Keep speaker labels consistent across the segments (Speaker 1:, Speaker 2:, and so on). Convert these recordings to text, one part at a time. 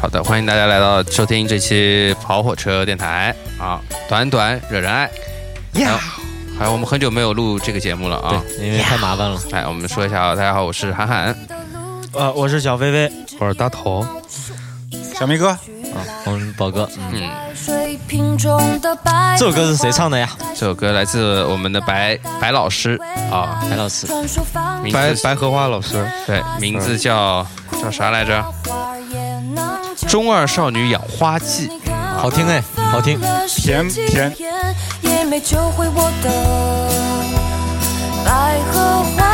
Speaker 1: 好的，欢迎大家来到收听这期跑火车电台啊，短短惹人爱。
Speaker 2: 呀，
Speaker 1: 还有我们很久没有录这个节目了啊，
Speaker 3: 对，因为太麻烦了。
Speaker 1: 来我们说一下啊，大家好，我是韩寒，
Speaker 3: 啊
Speaker 2: 呃，我是小飞飞，
Speaker 1: 我是大头，
Speaker 2: 小明哥，
Speaker 3: 啊，我们宝哥，嗯，
Speaker 1: 嗯，
Speaker 4: 这
Speaker 3: 这首歌是谁唱的呀？
Speaker 1: 这首歌来自我们的白白老师啊，
Speaker 3: 白老师，
Speaker 1: 名
Speaker 5: 白
Speaker 1: 字
Speaker 5: 白荷花老师，
Speaker 1: 对，名字叫叫啥来着？《中二少女养花记》
Speaker 3: 好听哎，好听。
Speaker 2: 甜甜。
Speaker 4: 也没救回我的白荷花。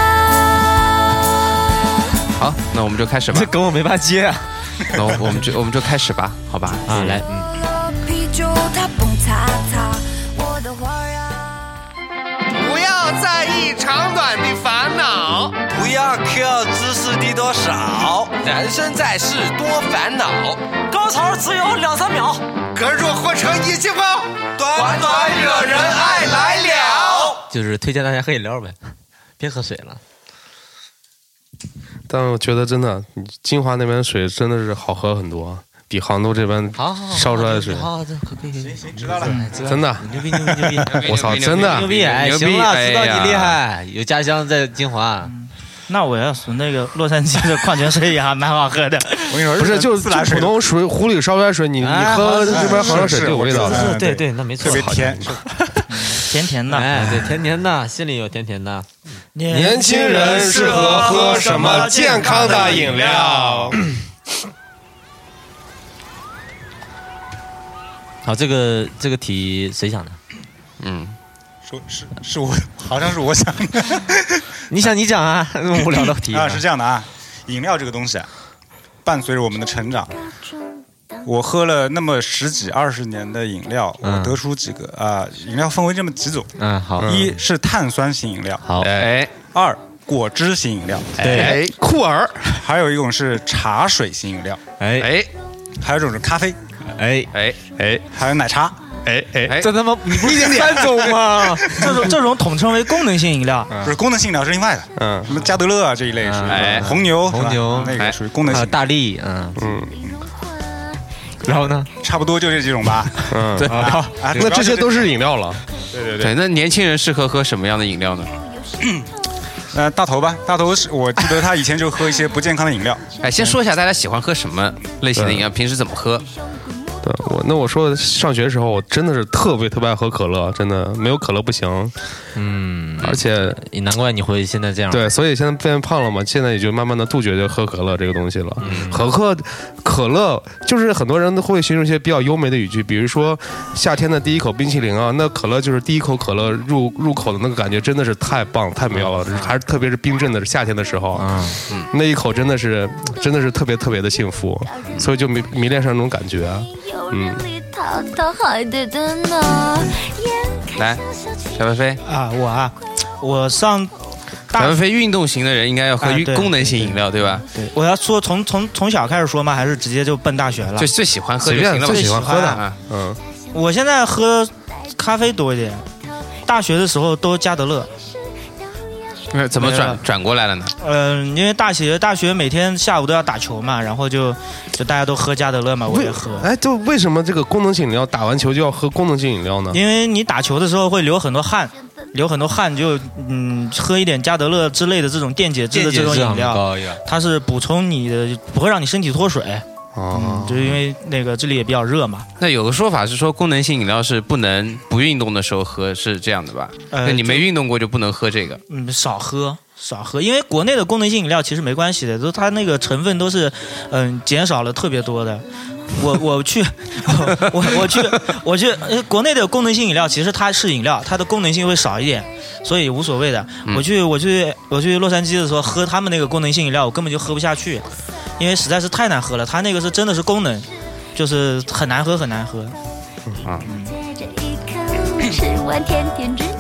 Speaker 1: 好，那我们就开 始吧
Speaker 3: 这，梗我没法接啊。
Speaker 1: 那我们就我们就开始吧，好吧？
Speaker 3: 啊，来，嗯，
Speaker 4: 啤酒它蹦擦擦，我的花啊呀。
Speaker 6: 不要在意长短的烦恼，不要 care 知识的多少，人生在世多烦恼。高潮只有两三秒，
Speaker 5: 隔着火车一起跑。
Speaker 6: 短短惹人爱来了。
Speaker 3: 就是推荐大家喝饮料呗，别喝水了。
Speaker 5: 但我觉得真的，金华那边的水真的是好喝很多，比杭州这边
Speaker 3: 好好好，
Speaker 5: 烧出来的水，
Speaker 3: 好好，这可以。行行，知道了，知道
Speaker 5: 真的
Speaker 3: 牛逼牛逼 牛
Speaker 1: 哎
Speaker 3: 逼。
Speaker 5: 我操，真
Speaker 3: 牛
Speaker 5: 的
Speaker 3: 逼！哎，
Speaker 1: 牛逼
Speaker 3: 行了，
Speaker 1: 哎
Speaker 3: 知
Speaker 1: 呀
Speaker 3: 道你厉害，有家乡在金华，
Speaker 2: 那我要是那个洛杉矶的矿泉水也还蛮好喝的，
Speaker 5: 我跟你说，不是就就普通水壶里烧出来水，你你
Speaker 3: 哎
Speaker 5: 喝
Speaker 3: 好像
Speaker 5: 这
Speaker 3: 是
Speaker 5: 边杭州水就有味道
Speaker 2: 是是
Speaker 5: 的。
Speaker 2: 嗯
Speaker 3: 对
Speaker 2: 对
Speaker 3: 对，那没错，
Speaker 2: 特别
Speaker 3: 好
Speaker 2: 甜
Speaker 3: 你说
Speaker 2: 甜甜的。
Speaker 3: 哎，对，甜甜的，心里有甜甜的。
Speaker 5: 年轻人适合喝什么健康的饮料？
Speaker 3: 好，这个这个题谁想的？
Speaker 1: 嗯，
Speaker 7: 是是是我，好像是我想的
Speaker 3: 你想你讲啊， 这么无聊的题
Speaker 7: 啊，是这样的啊，饮料这个东西啊，伴随着我们的成长。我喝了那么十几二十年的饮料，我
Speaker 3: 嗯
Speaker 7: 得出几个啊、饮料分为这么几种：
Speaker 3: 嗯，好，
Speaker 7: 一是碳酸型饮料，
Speaker 3: 好，
Speaker 1: 哎
Speaker 7: 二果汁型饮料，
Speaker 3: 对，
Speaker 1: 哎酷儿，
Speaker 7: 还有一种是茶水型饮料，
Speaker 3: 哎
Speaker 1: 哎
Speaker 7: 还有一种是咖啡，
Speaker 3: 哎，
Speaker 1: 哎哎
Speaker 7: 还有奶茶。
Speaker 1: 哎哎，
Speaker 3: 这他妈你不是三种吗？
Speaker 2: 这种这种统称为功能性饮料，
Speaker 7: 就是功能性饮料是另外的，
Speaker 5: 嗯
Speaker 7: 什么加德乐啊这一类属于
Speaker 1: 哎
Speaker 7: 红牛，是吧
Speaker 3: 红牛
Speaker 7: 那
Speaker 1: 哎
Speaker 7: 个属于功能
Speaker 3: 还有
Speaker 7: 性，
Speaker 3: 大力，嗯，
Speaker 5: 嗯
Speaker 3: 然后呢？
Speaker 7: 差不多就这几种吧。
Speaker 5: 嗯，
Speaker 3: 对
Speaker 7: 啊，
Speaker 3: 哎
Speaker 7: 啊
Speaker 5: 那这些都是饮料了。
Speaker 7: 对对对。
Speaker 1: 对，那年轻人适合喝什么样的饮料呢？
Speaker 7: 呃，大头吧，大头是我记得他以前就喝一些不健康的饮料，
Speaker 1: 哎，先说一下大家喜欢喝什么类型的饮料，平时怎么喝？
Speaker 5: 对我那我说上学的时候，我真的是特别特别爱喝可乐，真的没有可乐不行。
Speaker 3: 嗯，
Speaker 5: 而且
Speaker 3: 难怪你会现在这样。，
Speaker 5: 对，所以现在变胖了嘛，现在也就慢慢的杜绝就喝可乐这个东西了。可喝可乐就是很多人都会形容一些比较优美的语句，比如说夏天的第一口冰淇淋啊，那可乐就是第一口可乐入入口的那个感觉真的是太棒太妙了，还是特别是冰镇的夏天的时候，啊
Speaker 3: 嗯，
Speaker 5: 那一口真的是真的是特别特别的幸福，所以就迷迷恋上那种感觉。啊
Speaker 4: 有人理他，他还得等呢。
Speaker 1: 来，小飞飞，
Speaker 2: 啊，我啊，我上
Speaker 1: 小
Speaker 2: 大
Speaker 1: 飞飞运动型的人应该要喝
Speaker 2: 哎
Speaker 1: 运
Speaker 2: 对
Speaker 1: 功能型饮料，对吧？
Speaker 2: 对我要说从从从小开始说吗？还是直接就奔大学了
Speaker 1: 就？最喜欢喝就
Speaker 5: 随便
Speaker 1: 行了嘛，
Speaker 5: 最喜欢喝的
Speaker 1: 啊
Speaker 5: 嗯，
Speaker 2: 我现在喝咖啡多一点，大学的时候都加德乐。
Speaker 1: 那怎么
Speaker 2: 没
Speaker 1: 转
Speaker 2: 了
Speaker 1: 转过来了呢？
Speaker 2: 嗯，因为大学大学每天下午都要打球嘛，然后就就大家都喝加德乐嘛，我也喝。
Speaker 5: 哎，就为什么这个功能性饮料打完球就要喝功能性饮料呢？
Speaker 2: 因为你打球的时候会流很多汗，流很多汗就嗯喝一点加德乐之类的这种电解质的这种饮料，
Speaker 3: 高一点。
Speaker 2: 它是补充你的，不会让你身体脱水。
Speaker 5: 啊
Speaker 2: 嗯，，就是因为那个这里也比较热嘛。
Speaker 1: 那有个说法是说，功能性饮料是不能不运动的时候喝，是这样的吧？
Speaker 2: 呃，
Speaker 1: 那你
Speaker 2: 就
Speaker 1: 没运动过就不能喝这个。
Speaker 2: 嗯，少喝少喝，因为国内的功能性饮料其实没关系的，都它那个成分都是嗯减少了特别多的。我我去， 我我我去我去，呃国内的功能性饮料其实它是饮料，它的功能性会少一点，所以无所谓的。
Speaker 3: 嗯
Speaker 2: 我去我去我去洛杉矶的时候喝他们那个功能性饮料，我根本就喝不下去，因为实在是太难喝了。它那个是真的是功能，就是很难喝很难喝。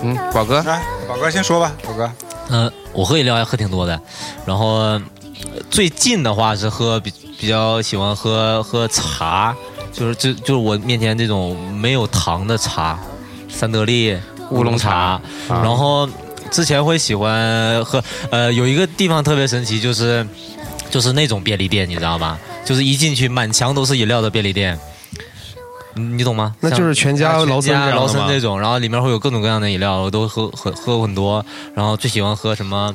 Speaker 1: 嗯，宝哥，
Speaker 7: 来，宝哥先说吧，宝哥，
Speaker 3: 嗯，我喝饮料还喝挺多的，然后呃最近的话是喝比比较喜欢喝喝茶，就是就就是我面前这种没有糖的茶，三得利
Speaker 1: 乌龙茶
Speaker 3: 然后之前会喜欢喝，呃，有一个地方特别神奇，就是就是那种便利店，你知道吧？就是一进去满墙都是饮料的便利店，你你懂吗？
Speaker 5: 那就是全家
Speaker 3: 像啊
Speaker 5: 劳森
Speaker 3: 全家
Speaker 5: 这样的
Speaker 3: 劳森
Speaker 5: 吗
Speaker 3: 这种，然后里面会有各种各样的饮料，我都喝喝喝过很多，然后最喜欢喝什么？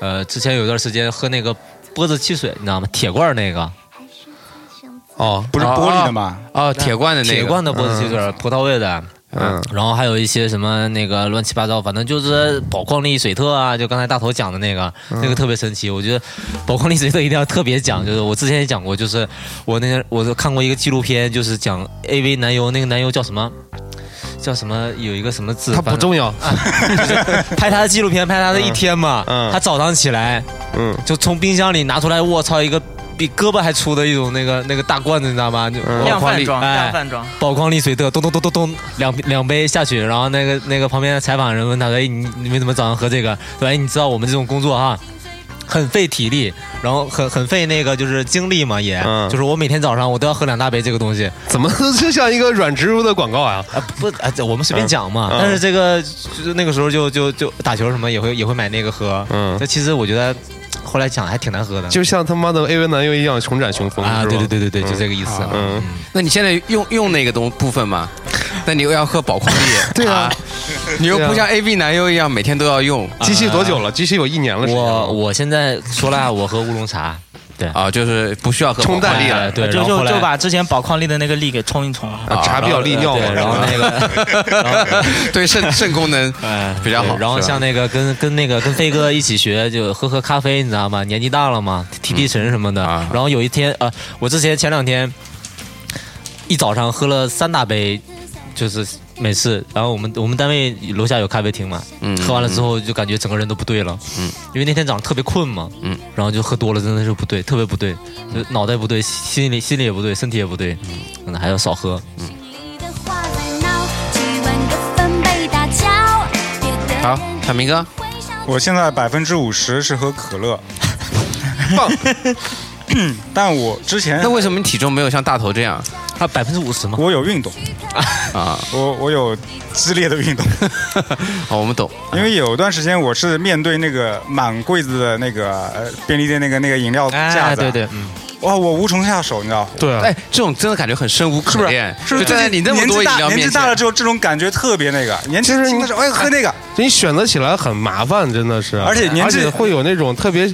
Speaker 3: 呃，之前有一段时间喝那个波子汽水，你知道吗？铁罐儿那个，
Speaker 5: 哦，
Speaker 7: 不是玻璃的吗？
Speaker 1: 哦，铁罐的那个，
Speaker 3: 铁罐的波子汽水，葡萄味的。
Speaker 5: 嗯，
Speaker 3: 然后还有一些什么那个乱七八糟，反正就是宝矿力水特啊，就刚才大头讲的那个，
Speaker 5: 嗯
Speaker 3: 那个特别神奇。我觉得宝矿力水特一定要特别讲，就是我之前也讲过，就是我那天我就看过一个纪录片，就是讲 AV 男优，那个男优叫什么？叫什么？有一个什么字？
Speaker 5: 它不
Speaker 3: 反正
Speaker 5: 重要，
Speaker 3: 拍他的纪录片，拍他的一天嘛。
Speaker 5: 嗯嗯
Speaker 3: 他早上起来
Speaker 5: 嗯
Speaker 3: 就从冰箱里拿出来，我操，一个比胳膊还粗的一种那个那个大罐子，你知道吗？就
Speaker 5: 嗯
Speaker 2: 量贩装，
Speaker 3: 哎
Speaker 2: 量贩装，
Speaker 3: 宝矿力水特，咚咚咚咚咚，两两杯下去，然后那个那个旁边的采访人问他说：“哎，你你们怎么早上喝这个？”对吧？哎你知道我们这种工作哈，很费体力，然后很很费那个就是精力嘛，也、
Speaker 5: 嗯
Speaker 3: 就是我每天早上我都要喝两大杯这个东西。
Speaker 5: 怎么就像一个软植入的广 告啊？
Speaker 3: 啊不啊，这我们随便讲嘛。
Speaker 5: 嗯嗯
Speaker 3: 但是这个就是那个时候就就就打球什么也会也会买那个喝。
Speaker 5: 嗯
Speaker 3: 那、，其实我觉得后来讲还挺难喝的。
Speaker 5: 就像他妈的 AV 男优一样，重展雄风
Speaker 3: 啊，
Speaker 5: 是吧
Speaker 3: 对对对对对，就
Speaker 5: 嗯
Speaker 3: 这个意思。
Speaker 5: 嗯，
Speaker 1: 那你现在用用那个东部分吗？那你又要喝宝矿力，
Speaker 5: 对啊，
Speaker 1: 你又
Speaker 5: 对啊
Speaker 1: 不像 A B 男优一样每天都要用
Speaker 5: 机器多久了？机器有一年了，时间了
Speaker 3: 啊我我现在说了啊，我喝乌龙茶。
Speaker 1: 啊，就是不需要喝
Speaker 5: 冲淡
Speaker 1: 宝矿
Speaker 5: 力了
Speaker 3: 哎对，
Speaker 2: 就
Speaker 3: 然后后
Speaker 2: 就
Speaker 3: 来
Speaker 2: 就把之前宝矿力的那个力给冲一冲。
Speaker 5: 啊茶比较利尿嘛，
Speaker 3: 对，然后那个，然后
Speaker 1: 对肾肾功能
Speaker 3: 哎
Speaker 1: 比较好
Speaker 3: 对然后像那个跟跟那个跟飞哥一起学，就喝喝咖啡，你知道吗？年纪大了嘛，提提神什么的。
Speaker 1: 啊
Speaker 3: 然后有一天，呃，我之前前两天一早上喝了三大杯，就是美式。然后我们我们单位楼下有咖啡厅嘛，
Speaker 1: 嗯
Speaker 3: 喝完了之后就感觉整个人都不对了，
Speaker 1: 嗯
Speaker 3: 因为那天早上特别困嘛，
Speaker 1: 嗯
Speaker 3: 然后就喝多了，真的是不对，特别不对，就脑袋不对，心里心里也不对，身体也不对，嗯，还要少喝。
Speaker 1: 嗯好，小明哥，
Speaker 7: 我现在百分之五十是喝可乐，但我之前
Speaker 1: 那为什么你体重没有像大头这样
Speaker 3: 啊，百分之五十嘛，
Speaker 7: 我有运动，
Speaker 1: 啊？
Speaker 7: 我我有激烈的运动，
Speaker 1: 好，我们懂，
Speaker 7: 因为有一段时间我是面对那个满柜子的那个呃便利店那个那个饮料架
Speaker 3: 哎，
Speaker 7: 子，啊
Speaker 3: 对，对，嗯。
Speaker 7: 哇，我无从下手，你知道。
Speaker 5: 对啊
Speaker 1: 哎，这种真的感觉很生无
Speaker 7: 是
Speaker 1: 可
Speaker 7: 不
Speaker 1: 恋
Speaker 7: 是？，是不是
Speaker 1: 就站在你那么
Speaker 7: 年纪
Speaker 1: 多饮
Speaker 7: 大
Speaker 1: 料面前，
Speaker 7: 年纪大了之后，这种感觉特别那个。年纪
Speaker 5: 其实
Speaker 7: 轻的
Speaker 5: 你
Speaker 7: 时候，哎，喝那个，
Speaker 5: 你选择起来很麻烦，真的是，
Speaker 7: 而且年纪
Speaker 5: 而且会有那种特别。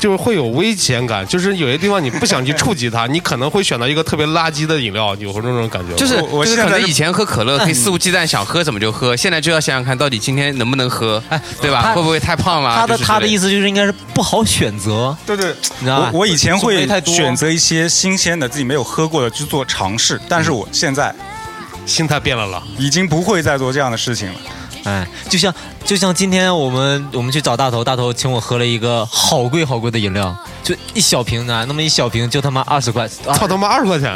Speaker 5: 就是会有危险感，就是有些地方你不想去触及它，你可能会选择一个特别垃圾的饮料，有那种感觉吗。
Speaker 1: 就是
Speaker 7: 我
Speaker 1: 就
Speaker 7: 我
Speaker 1: 是
Speaker 7: 现在
Speaker 1: 可能
Speaker 7: 是
Speaker 1: 以前喝可乐可以肆无忌惮，想喝什么就喝，现在就要想想看到底今天能不能喝，对吧？
Speaker 3: 他
Speaker 1: 会不会太胖了？
Speaker 3: 他的
Speaker 1: 啊就是
Speaker 3: 他的
Speaker 1: 之类
Speaker 3: 意思就是应该是不好选择，
Speaker 7: 对对，
Speaker 3: 你知道吧
Speaker 7: 我我以前
Speaker 3: 种类
Speaker 7: 会
Speaker 3: 太多
Speaker 7: 选择一些新鲜的、自己没有喝过的去做尝试，但是我现在
Speaker 5: 心态变了啦。
Speaker 7: 已经不会再做这样的事情了。
Speaker 3: 哎，就像就像今天我们我们去找大头，大头请我喝了一个好贵好贵的饮料，就一小瓶呢、那么一小瓶就他妈二十块，啊
Speaker 5: 操他妈二十 块钱，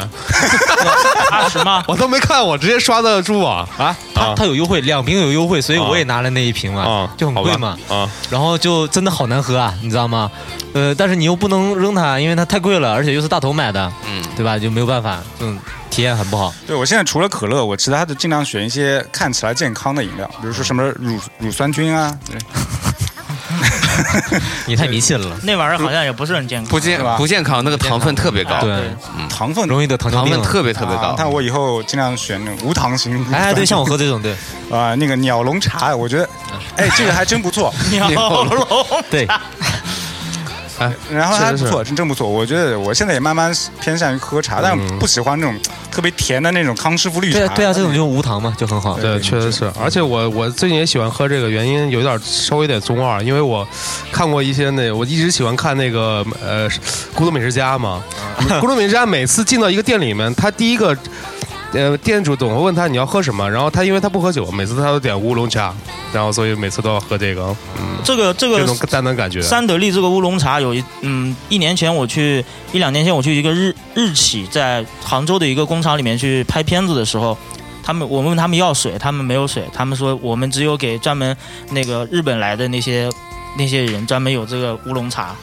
Speaker 2: 二十吗？
Speaker 5: 我都没看，我直接刷的支付宝
Speaker 3: 啊，他
Speaker 5: 啊
Speaker 3: 他有优惠，两瓶有优惠，所以
Speaker 5: 啊
Speaker 3: 我也拿了那一瓶嘛，
Speaker 5: 啊，
Speaker 3: 就很贵
Speaker 5: 好吧
Speaker 3: 嘛，
Speaker 5: 啊，
Speaker 3: 然后就真的好难喝啊，你知道吗？呃，但是你又不能扔它，因为它太贵了，而且又是大头买的，
Speaker 1: 嗯
Speaker 3: 对吧？就没有办法，嗯，体验很不好。
Speaker 7: 对我现在除了可乐，我其他的尽量选一些看起来健康的饮料，比如说什么乳乳酸菌啊，
Speaker 3: 嗯你太迷 信了，
Speaker 2: 那玩意儿好像也不是很健
Speaker 1: 的
Speaker 2: 康。
Speaker 1: 不健
Speaker 7: 是吧
Speaker 1: 不健康，那个糖分特别高，
Speaker 3: 对，
Speaker 7: 糖分
Speaker 3: 容易得糖尿
Speaker 1: 糖
Speaker 3: 病
Speaker 1: 分。特别特别
Speaker 7: 啊
Speaker 1: 高。
Speaker 7: 但我以后尽量选那种无糖型乳酸菌。
Speaker 3: 哎，对，像我嗯喝这种，对
Speaker 7: 啊，那个鸟笼茶，我觉得，哎，这个还真不错。
Speaker 2: 鸟笼，
Speaker 3: 对，
Speaker 7: 然后
Speaker 5: 是
Speaker 7: 还
Speaker 5: 是
Speaker 7: 不错，真真不错。我觉得我现在也慢慢偏向于喝茶，但不喜欢那种特别甜的那种康师傅绿
Speaker 3: 嗯
Speaker 7: 茶。
Speaker 3: 对啊，对啊，这种就无糖嘛，就很好。
Speaker 5: 对，确实是。而且我我最近也喜欢喝这个，原因有点稍微有点中二，因为我看过一些那，我一直喜欢看那个呃《孤独美食家》嘛，《孤独美食家》每次进到一个店里面，他第一个。呃，店主总会问他你要喝什么，然后他因为他不喝酒，每次他都点乌龙茶，然后所以每次都要喝这个，
Speaker 2: 这个这
Speaker 5: 这
Speaker 2: 个
Speaker 5: 种淡淡感觉。
Speaker 2: 三得利这个乌龙茶有一嗯，一年前我去一两年前我去一个日日企在杭州的一个工厂里面去拍片子的时候，他们我问他们要水，他们没有水，他们说我们只有给专门那个日本来的那些那些人专门有这个乌龙茶，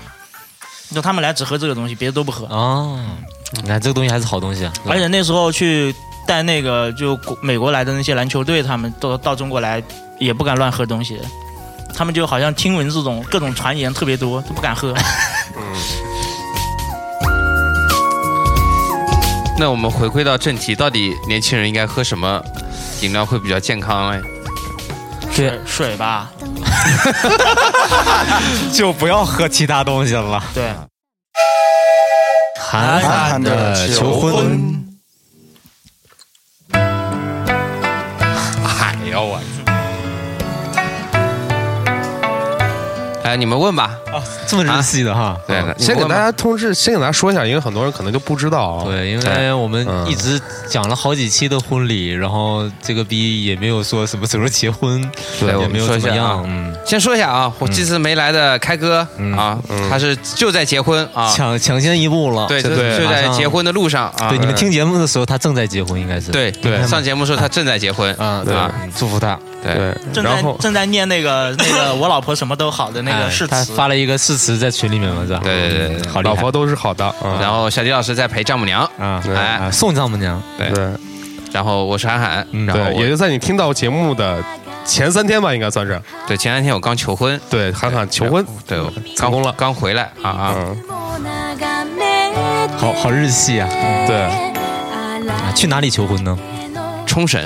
Speaker 2: 就他们来只喝这个东西，别的都不喝。
Speaker 3: 哦，你看这个东西还是好东西啊。
Speaker 2: 而且那时候去带那个就国美国来的那些篮球队，他们都到中国来也不敢乱喝东西，他们就好像听闻这种各种传言特别多，都不敢喝。
Speaker 1: 那我们回归到正题，到底年轻人应该喝什么饮料会比较健康嘞？
Speaker 2: 对，水吧，
Speaker 8: 就不要喝其他东西了。
Speaker 2: 对，
Speaker 3: 韩寒的啊求婚，
Speaker 1: 哎呦我！哎，你们问吧。
Speaker 3: 这么日系的哈。
Speaker 1: 啊
Speaker 3: 哦
Speaker 1: 对，你
Speaker 5: 哎先
Speaker 1: 们
Speaker 5: 给
Speaker 1: 问
Speaker 5: 大
Speaker 1: 吧
Speaker 5: 家通知，先给大家说一下，因为很多人可能就不知道啊。
Speaker 3: 对，因为我们
Speaker 5: 嗯
Speaker 3: 一直讲了好几期的婚礼，然后这个逼也没有说什么时候结婚，
Speaker 1: 对我
Speaker 3: 也
Speaker 1: 们
Speaker 3: 没有
Speaker 1: 说一
Speaker 3: 怎么
Speaker 1: 下
Speaker 3: 样
Speaker 1: 啊，
Speaker 3: 嗯，
Speaker 1: 先说一下啊，我这次没来的开哥
Speaker 3: 嗯
Speaker 1: 啊，他是就在结婚啊，
Speaker 3: 抢抢先一步了，
Speaker 1: 对，就
Speaker 5: 对
Speaker 1: 就
Speaker 3: 马
Speaker 1: 在
Speaker 3: 上
Speaker 1: 结婚的路上啊。
Speaker 3: 对，你们听节目的时候，他正在结婚，应该是，
Speaker 1: 对
Speaker 5: 对
Speaker 1: 上节目说他正在结婚
Speaker 3: 啊，对啊
Speaker 1: 啊，，
Speaker 3: 祝福他。
Speaker 1: 对，
Speaker 5: 对，
Speaker 2: 正
Speaker 5: 然
Speaker 2: 在
Speaker 5: 后
Speaker 2: 正在念那个那个我老婆什么都好的那
Speaker 3: 哎
Speaker 2: 个誓
Speaker 3: 他
Speaker 2: 词，
Speaker 3: 发了一个誓词在群里面嘛，是吧？
Speaker 1: 对对对对
Speaker 3: 好厉
Speaker 5: 老
Speaker 3: 害
Speaker 5: 婆都是好的啊。
Speaker 1: 然后小迪老师在陪丈母娘，
Speaker 3: 啊！
Speaker 5: 对
Speaker 1: 哎，
Speaker 3: 啊，送丈母娘，
Speaker 1: 对
Speaker 5: 对
Speaker 1: 然后我是韩寒，
Speaker 3: 嗯
Speaker 1: 然后
Speaker 5: 对，
Speaker 1: 我
Speaker 5: 也就在你听到节目的前三天吧，应该算是
Speaker 1: 对前两天我刚求婚，
Speaker 5: 对韩寒求婚，
Speaker 1: 哎对，我
Speaker 3: 嗯
Speaker 5: 成功了
Speaker 1: 刚刚回来啊啊，
Speaker 5: 嗯，
Speaker 3: 好好日系啊！
Speaker 5: 对，
Speaker 3: 啊去哪里求婚呢？
Speaker 1: 冲绳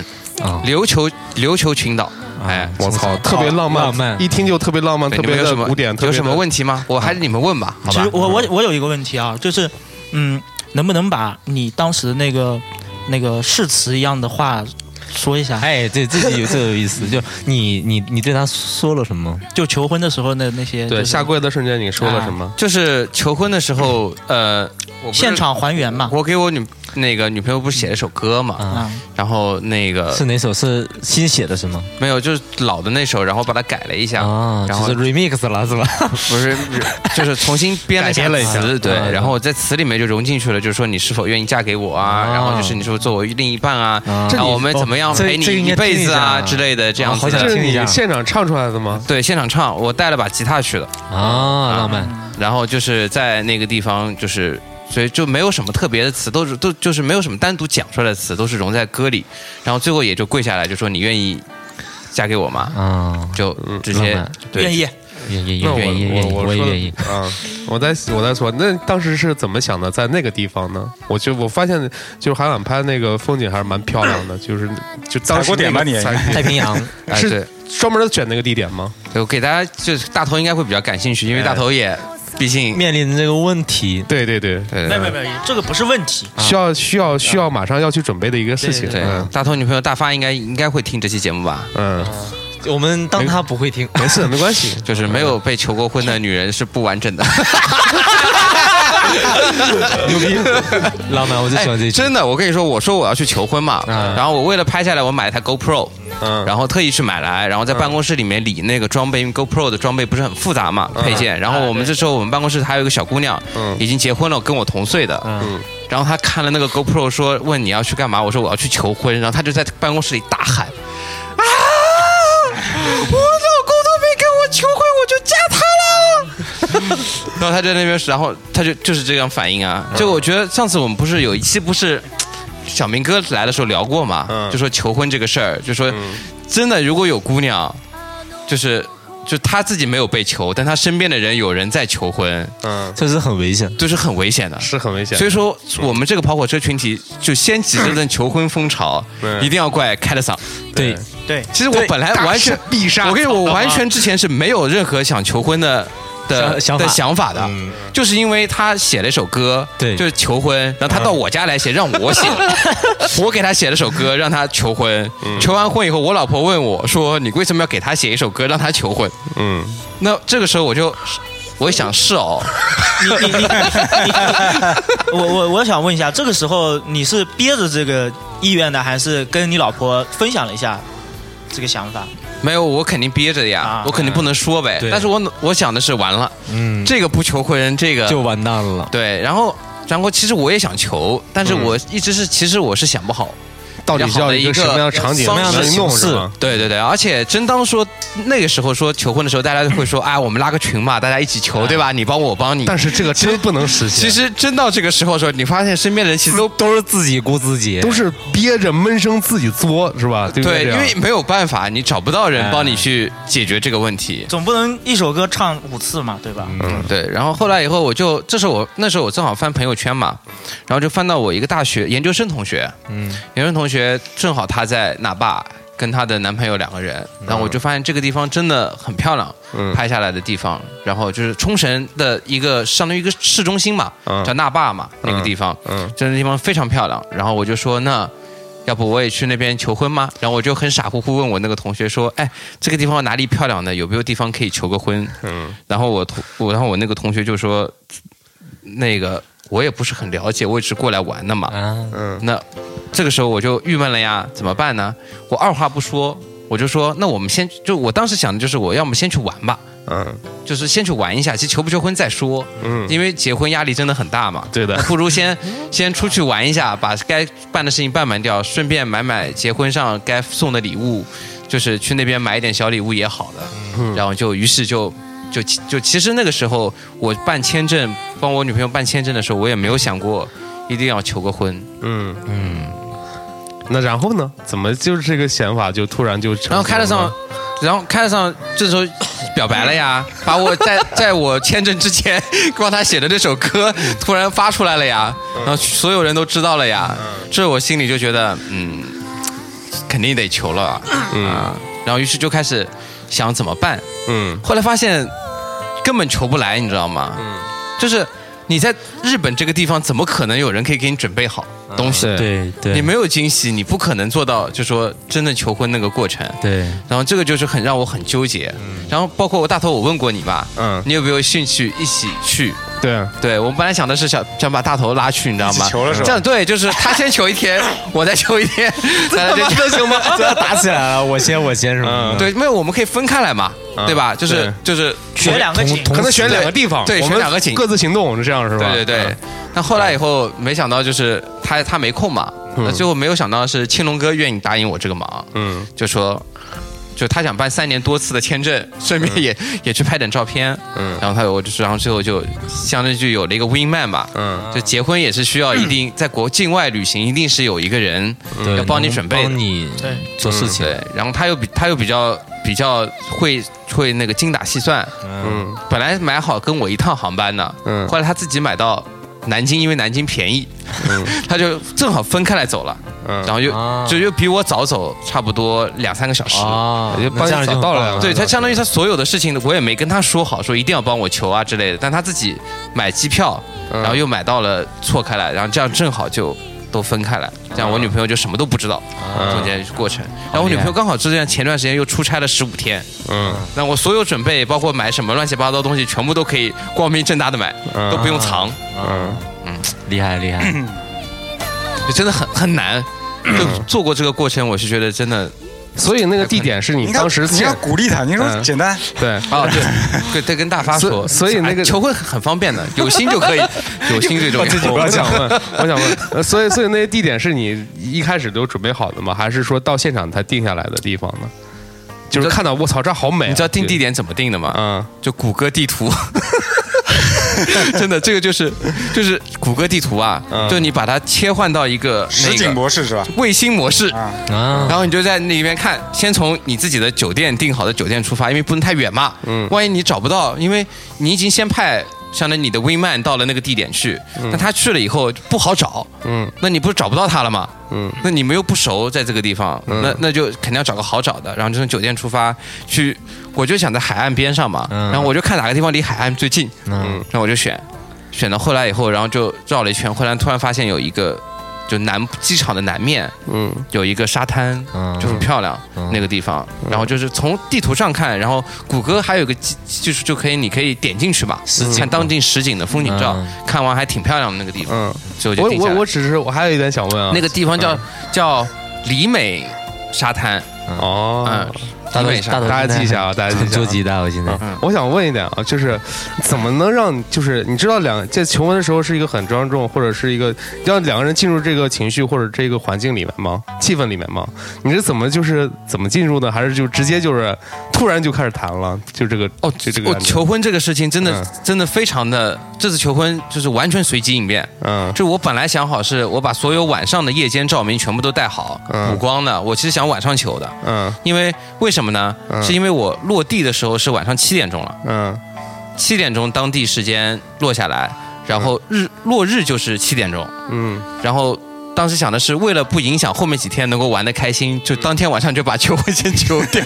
Speaker 3: 啊，
Speaker 1: 琉球琉球群岛，哎，
Speaker 5: 我操，特别浪
Speaker 3: 哦浪漫
Speaker 5: 漫，一听就特别浪漫，
Speaker 1: 对
Speaker 5: 特
Speaker 1: 你们
Speaker 5: 别
Speaker 1: 有
Speaker 5: 的
Speaker 1: 什么
Speaker 5: 古典，特
Speaker 1: 有
Speaker 5: 别
Speaker 1: 什么
Speaker 5: 的
Speaker 1: 问题吗？我还
Speaker 3: 嗯
Speaker 1: 是你们问吧，好
Speaker 2: 其
Speaker 1: 吧
Speaker 2: 实？我我我有一个问题啊，就是，嗯，能不能把你当时的那个那个誓词一样的话说一下？
Speaker 3: 哎，这这有这有意思，就你你你对他说了什么？
Speaker 2: 就求婚的时候的那些，就
Speaker 5: 对，
Speaker 2: 是
Speaker 5: 下跪的瞬间你说
Speaker 1: 啊
Speaker 5: 了什
Speaker 3: 嗯
Speaker 5: 么？
Speaker 1: 就是求婚的时候，呃，我不是
Speaker 2: 现场还原嘛。
Speaker 1: 我给我女那个女朋友不是写了首歌嘛，
Speaker 3: 啊
Speaker 2: 啊，
Speaker 1: 然后那个
Speaker 3: 是哪首？是新写的是吗？
Speaker 1: 没有，就是老的那首，然后把它改了一下，
Speaker 3: 啊，
Speaker 1: 然后
Speaker 3: 就是 remix 了是吧？
Speaker 1: 不是，就是重新编了一下
Speaker 5: 改编了一下
Speaker 1: 词，对
Speaker 3: 啊，
Speaker 1: 然后我在词里面就融进去了，就是说你是否愿意嫁给我啊，
Speaker 3: 啊
Speaker 1: 然后就是你是否做我另一半啊，
Speaker 3: 啊
Speaker 1: 然后我们怎么样
Speaker 3: 这
Speaker 1: 陪你
Speaker 3: 这个应该
Speaker 1: 一辈子啊
Speaker 3: 听一下
Speaker 1: 之类的，这样
Speaker 3: 啊好
Speaker 1: 子
Speaker 3: 想
Speaker 5: 这
Speaker 1: 的。
Speaker 5: 是
Speaker 3: 听一下
Speaker 5: 你现场唱出来的吗？
Speaker 1: 对，现场唱，我带了把吉他去的，
Speaker 3: 啊，浪漫，
Speaker 1: 然后就是在那个地方，就是所以就没有什么特别的词，都是都就是没有什么单独讲出来的词，都是融在歌里，然后最后也就跪下来就说你愿意嫁给我吗？
Speaker 3: 啊，
Speaker 1: 就直接
Speaker 3: 浪漫
Speaker 1: 对
Speaker 2: 愿意，
Speaker 3: 愿意
Speaker 5: 那我
Speaker 3: 愿意愿意，
Speaker 5: 我
Speaker 3: 我也
Speaker 5: 说
Speaker 3: 愿意。
Speaker 5: 啊！我在我在说，那当时是怎么想的？在那个地方呢？我就我发现，就是韩寒拍那个风景还是蛮漂亮的，就是就当时
Speaker 7: 踩过点吧
Speaker 5: 那个
Speaker 7: 你
Speaker 5: 踩
Speaker 3: 太平洋，
Speaker 1: 哎
Speaker 5: 是
Speaker 1: 对
Speaker 5: 专门选那个地点吗？
Speaker 1: 对我给大家就是大头应该会比较感兴趣，因为大头也毕竟
Speaker 3: 面临这个问题，
Speaker 5: 对对对，
Speaker 1: 对
Speaker 2: 没
Speaker 1: 对
Speaker 2: 有没
Speaker 1: 对
Speaker 2: 有没有，这个不是问题。
Speaker 5: 需要需要需要马上要去准备的一个事情。
Speaker 2: 对
Speaker 1: 对
Speaker 5: 嗯，
Speaker 1: 大头女朋友大发应该应该会听这期节目吧？
Speaker 5: 嗯，
Speaker 3: 我们当他不会听，
Speaker 5: 没事，没关系。
Speaker 1: 就是没有被求过婚的女人是不完整的，
Speaker 3: 牛逼，浪漫，我就喜欢这一句。
Speaker 1: 真的。我跟你说，我说我要去求婚嘛，
Speaker 3: 嗯
Speaker 1: 然后我为了拍下来，我买了台 GoPro，
Speaker 5: 嗯，
Speaker 1: 然后特意去买来，然后在办公室里面理那个装备，因为 GoPro 的装备不是很复杂嘛，配件。然后我们这时候我们办公室还有一个小姑娘，
Speaker 5: 嗯
Speaker 1: 已经结婚了，跟我同岁的，
Speaker 3: 嗯
Speaker 1: 然后她看了那个 GoPro 说问你要去干嘛，我说我要去求婚，然后她就在办公室里大喊。啊！我老公都没跟我求婚，我就嫁他了。然后他在那边，然后他就就是这样反应
Speaker 5: 嗯
Speaker 1: 啊。就我觉得上次我们不是有一期不是小明哥来的时候聊过嘛，
Speaker 5: 嗯
Speaker 1: 就说求婚这个事儿，就说真的如果有姑娘，就是就她自己没有被求，但她身边的人有人在求婚，
Speaker 5: 嗯，
Speaker 3: 这是很危险。
Speaker 1: 就是很危险的。
Speaker 5: 是很危险
Speaker 1: 所。以说，我们这个跑火车群体就掀起这阵求婚风潮，
Speaker 5: 对
Speaker 1: 一定要怪开了嗓。
Speaker 3: 对，
Speaker 2: 对，
Speaker 1: 其实我本来完全
Speaker 5: 必杀
Speaker 1: 我跟你说，我完
Speaker 3: 啊
Speaker 1: 全之前是没有任何想求婚的的
Speaker 3: 想想法嗯
Speaker 1: 的想法的，就是因为他写了一首歌，
Speaker 3: 对嗯
Speaker 1: 就是求婚，然后他到我家来写，让我 写，我给他写了首歌，让他求婚。
Speaker 3: 嗯
Speaker 1: 求完婚以后，我老婆问我说：“你为什么要给他写一首歌让他求婚
Speaker 5: 嗯，？”
Speaker 1: 那这个时候我就。我一想是哦，
Speaker 2: 你你你， 我我我想问一下，这个时候你是憋着这个意愿呢，还是跟你老婆分享了一下这个想法？
Speaker 1: 没有我肯定憋着呀，
Speaker 2: 啊
Speaker 1: 我肯定不能说呗。
Speaker 3: 对
Speaker 1: 但是我我想的是完了，
Speaker 3: 嗯，
Speaker 1: 这个不求婚，这个
Speaker 3: 就完蛋了。
Speaker 5: 嗯
Speaker 1: 对，然后然后其实我也想求，但是我一直是、其实我是想不好，
Speaker 5: 到底要一个什么样的场景
Speaker 1: 比较好的一个
Speaker 5: 能弄是吗？
Speaker 1: 对对对，而且真当说那个时候说求婚的时候，大家就会说，哎，我们拉个群嘛，大家一起求，对吧？你帮我，我帮你。
Speaker 5: 哎但是这个真不能实现，
Speaker 1: 其实真到这个时候的时候，你发现身边的人其实都
Speaker 3: 都是自己顾自己，
Speaker 5: 都是憋着闷声自己作是吧？对啊不
Speaker 1: 对，
Speaker 5: 这
Speaker 1: 因
Speaker 5: 样
Speaker 1: 为没有办法，你找不到人帮你去解决这个问题。
Speaker 2: 总不能一首歌唱五次嘛，对吧？
Speaker 5: 嗯哎
Speaker 1: 对，然后后来以后我就，这时候我那时候我正好翻朋友圈嘛，然后就翻到我一个大学研究生同学，嗯，研究生同学正好她在那霸跟她的男朋友两个人，然后我就发现这个地方真的很漂亮，
Speaker 5: 嗯
Speaker 1: 拍下来的地方，然后就是冲绳的一个相当于一个市中心嘛，
Speaker 5: 嗯
Speaker 1: 叫那霸嘛那个地方，
Speaker 5: 嗯
Speaker 1: 这个地方非常漂亮，然后我就说那。要不我也去那边求婚吗？然后我就很傻乎乎问我那个同学说：“哎，这个地方哪里漂亮呢？有没有地方可以求个婚？”
Speaker 5: 嗯
Speaker 1: 然后我同我然后我那个同学就说，那个我也不是很了解，我也是过来玩的嘛。
Speaker 3: 啊，
Speaker 5: 嗯
Speaker 1: 那这个时候我就郁闷了呀，怎么办呢？我二话不说，我就说，那我们先就我当时想的就是，我要么先去玩吧，
Speaker 5: 嗯
Speaker 1: 就是先去玩一下，其实求不求婚再说，
Speaker 5: 嗯，
Speaker 1: 因为结婚压力真的很大嘛。
Speaker 5: 对的
Speaker 1: 那不如先先出去玩一下，把该办的事情办完掉，顺便买买结婚上该送的礼物，就是去那边买一点小礼物也好的。
Speaker 5: 嗯
Speaker 1: 然后就于是就就就其实那个时候我办签证，帮我女朋友办签证的时候，我也没有想过一定要求个婚。
Speaker 5: 嗯嗯。那然后呢？怎么就是这个想法就突然就成
Speaker 1: 然后开了
Speaker 5: 型
Speaker 1: 上
Speaker 5: 了，
Speaker 1: 然后开了上这时候表白了 呀，把我在在我签证之前 帮他写的那首歌突然发出来了呀，
Speaker 5: 嗯
Speaker 1: 然后所有人都知道了呀，这我心里就觉得嗯，肯定得求了啊，啊然后于是就开始想怎么办，
Speaker 5: 嗯
Speaker 1: 后来发现根本求不来，你知道吗？就是你在日本这个地方，怎么可能有人可以给你准备好东西？
Speaker 5: 嗯对
Speaker 3: 对对，
Speaker 1: 你没有惊喜，你不可能做到，就说真的求婚那个过程。
Speaker 3: 对
Speaker 1: 然后这个就是很让我很纠结。然后包括我大头，我问过你吧，
Speaker 5: 嗯
Speaker 1: 你有没有兴趣一起去？
Speaker 5: 对，
Speaker 1: 对我本来想的是想想把大头拉去，你知道吗？
Speaker 7: 一起求了是吧
Speaker 1: 这样对，就是他先求一天，我再求一天，咱俩这行吗？
Speaker 8: 这要打起来了，我先我先什么
Speaker 5: 嗯
Speaker 8: 的？
Speaker 1: 对，因为我们可以分开来嘛，
Speaker 5: 嗯
Speaker 1: 对吧？就是就是
Speaker 2: 选两个景，
Speaker 5: 可能选两个地方，
Speaker 1: 对
Speaker 5: 我
Speaker 1: 选
Speaker 5: 们
Speaker 1: 两个景
Speaker 5: 各自行动是这样是吧？
Speaker 1: 对对对。那后来以后，没想到就是他他没空嘛，那最后没有想到是青龙哥愿意答应我这个忙，
Speaker 5: 嗯，
Speaker 1: 就说。就他想办三年多次的签证，顺便也、也去拍点照片，
Speaker 5: 嗯
Speaker 1: 然后他我就然后最后就相当于就有了一个 win man 吧，
Speaker 5: 嗯
Speaker 1: 就结婚也是需要一定、在国境外旅行，一定是有一个人
Speaker 3: 嗯对，
Speaker 1: 嗯要帮你准备的
Speaker 3: 帮你
Speaker 2: 对
Speaker 3: 做事情，
Speaker 1: 对，然后他又比他又比较比较会会那个精打细算，
Speaker 5: 嗯
Speaker 1: 本来买好跟我一趟航班的，
Speaker 5: 嗯
Speaker 1: 后来他自己买到南京，因为南京便宜， 他就正好分开来走了，
Speaker 5: 嗯
Speaker 1: 然后又
Speaker 3: 啊
Speaker 1: 就又比我早走差不多两三个小时。
Speaker 3: 啊，
Speaker 5: 就帮
Speaker 3: 那
Speaker 5: 你
Speaker 3: 这样
Speaker 5: 找
Speaker 3: 就
Speaker 5: 到了
Speaker 3: 很棒
Speaker 5: 呀
Speaker 1: 对他相当于他所有的事情，我也没跟他说好，说一定要帮我求啊之类的，但他自己买机票，
Speaker 5: 嗯
Speaker 1: 然后又买到了错开来，然后这样正好就都分开来，这
Speaker 5: 嗯
Speaker 1: 样我女朋友就什么都不知道中间过程。然后我女朋友刚好之前前段时间又出差了十五天，
Speaker 5: 嗯
Speaker 1: 那我所有准备，包括买什么乱七八糟东西，全部都可以光明正大的买，
Speaker 5: 嗯
Speaker 1: 都不用藏，
Speaker 5: 嗯
Speaker 3: 厉害厉害，
Speaker 1: 就真的很很难。 就做过这个过程，我是觉得真的
Speaker 5: 所以那个地点是你
Speaker 7: 你看
Speaker 5: 当时
Speaker 7: 你要
Speaker 5: 现
Speaker 7: 鼓励他，你说
Speaker 5: 嗯
Speaker 7: 简单，
Speaker 5: 对
Speaker 1: 啊，对，对，对，跟大发说，
Speaker 5: 所所以那个
Speaker 1: 哎求婚很方便的，有心就 可以，有心最 重
Speaker 5: 我
Speaker 1: 要。
Speaker 5: 我想问，我想问，呃所以所以那些地点是你一开始就准备好的吗？还是说到现场才定下来的地方呢？就是看到我操，这好美、啊！
Speaker 1: 你知道定地
Speaker 5: 点？
Speaker 1: 点怎么定的吗？
Speaker 5: 嗯
Speaker 1: 就谷歌地图。 真的，这个就是就是谷歌地图啊，
Speaker 5: 嗯
Speaker 1: 就你把它切换到一个
Speaker 7: 实
Speaker 1: 那
Speaker 7: 景
Speaker 1: 个
Speaker 7: 博士是吧？
Speaker 1: 卫星模式，
Speaker 7: 啊，
Speaker 3: 啊，
Speaker 1: 然后你就在那边看，先从你自己的酒店订好的酒店出发，因为不能太远嘛。
Speaker 5: 嗯
Speaker 1: 万一你找不到，因为你已经先派相当于你的 wingman 到了那个地点去，那他去了以后不好找，
Speaker 5: 嗯
Speaker 1: 那你不是找不到他了吗？
Speaker 5: 嗯
Speaker 1: 那你们又不熟，在这个地方，
Speaker 5: 嗯
Speaker 1: 那那就肯定要找个好找的，然后就从酒店出发去，我就想在海岸边上嘛，然后我就看哪个地方离海岸最近，
Speaker 5: 嗯
Speaker 1: 那我就选，选到后来以后，然后就绕了一圈，后来突然发现有一个就南机场的南面，
Speaker 5: 嗯
Speaker 1: 有一个沙滩，就很漂亮、那个地方。然后就是从地图上看，然后谷歌还有个机就是就可以，你可以点进去嘛，看当地实景的风景照，
Speaker 3: 嗯
Speaker 1: 看完还挺漂亮的那个地方，
Speaker 5: 嗯，
Speaker 1: 所以我就
Speaker 5: 我
Speaker 1: 定下
Speaker 5: 我
Speaker 1: 来
Speaker 5: 我。只是我还有一点想问啊，
Speaker 1: 那个地方叫、叫里美沙滩，
Speaker 5: 哦
Speaker 1: 嗯，，
Speaker 3: 大头
Speaker 1: 美上
Speaker 3: 大头
Speaker 5: 大家
Speaker 3: 现在
Speaker 5: 记一下啊大家记一下
Speaker 3: 很
Speaker 5: 啊
Speaker 3: 纠结大头现在。
Speaker 5: 啊，我想问一点啊，就是怎么能让就是你知道两在求婚的时候是一个很庄重，或者是一个让两个人进入这个情绪或者这个环境里面吗？气氛里面吗？你是怎么就是怎么进入的？还是就直接就是突然就开始谈了？就这个
Speaker 1: 哦，
Speaker 5: 就这个
Speaker 1: 我
Speaker 5: 感觉
Speaker 1: 求婚这个事情真的、
Speaker 5: 嗯
Speaker 1: 真的非常的，这次求婚就是完全随机应变。
Speaker 5: 嗯
Speaker 1: 就我本来想好是我把所有晚上的夜间照明全部都带好，
Speaker 5: 嗯
Speaker 1: 补光的。我其实想晚上求的，
Speaker 5: 嗯
Speaker 1: 因为为什么呢？
Speaker 5: 嗯
Speaker 1: 是因为我落地的时候是晚上七点钟了，
Speaker 5: 嗯
Speaker 1: 七点钟当地时间落下来，然后日、落日就是七点钟，
Speaker 5: 嗯
Speaker 1: 然后。当时想的是，为了不影响后面几天能够玩的开心，就当天晚上就把求婚 先求掉，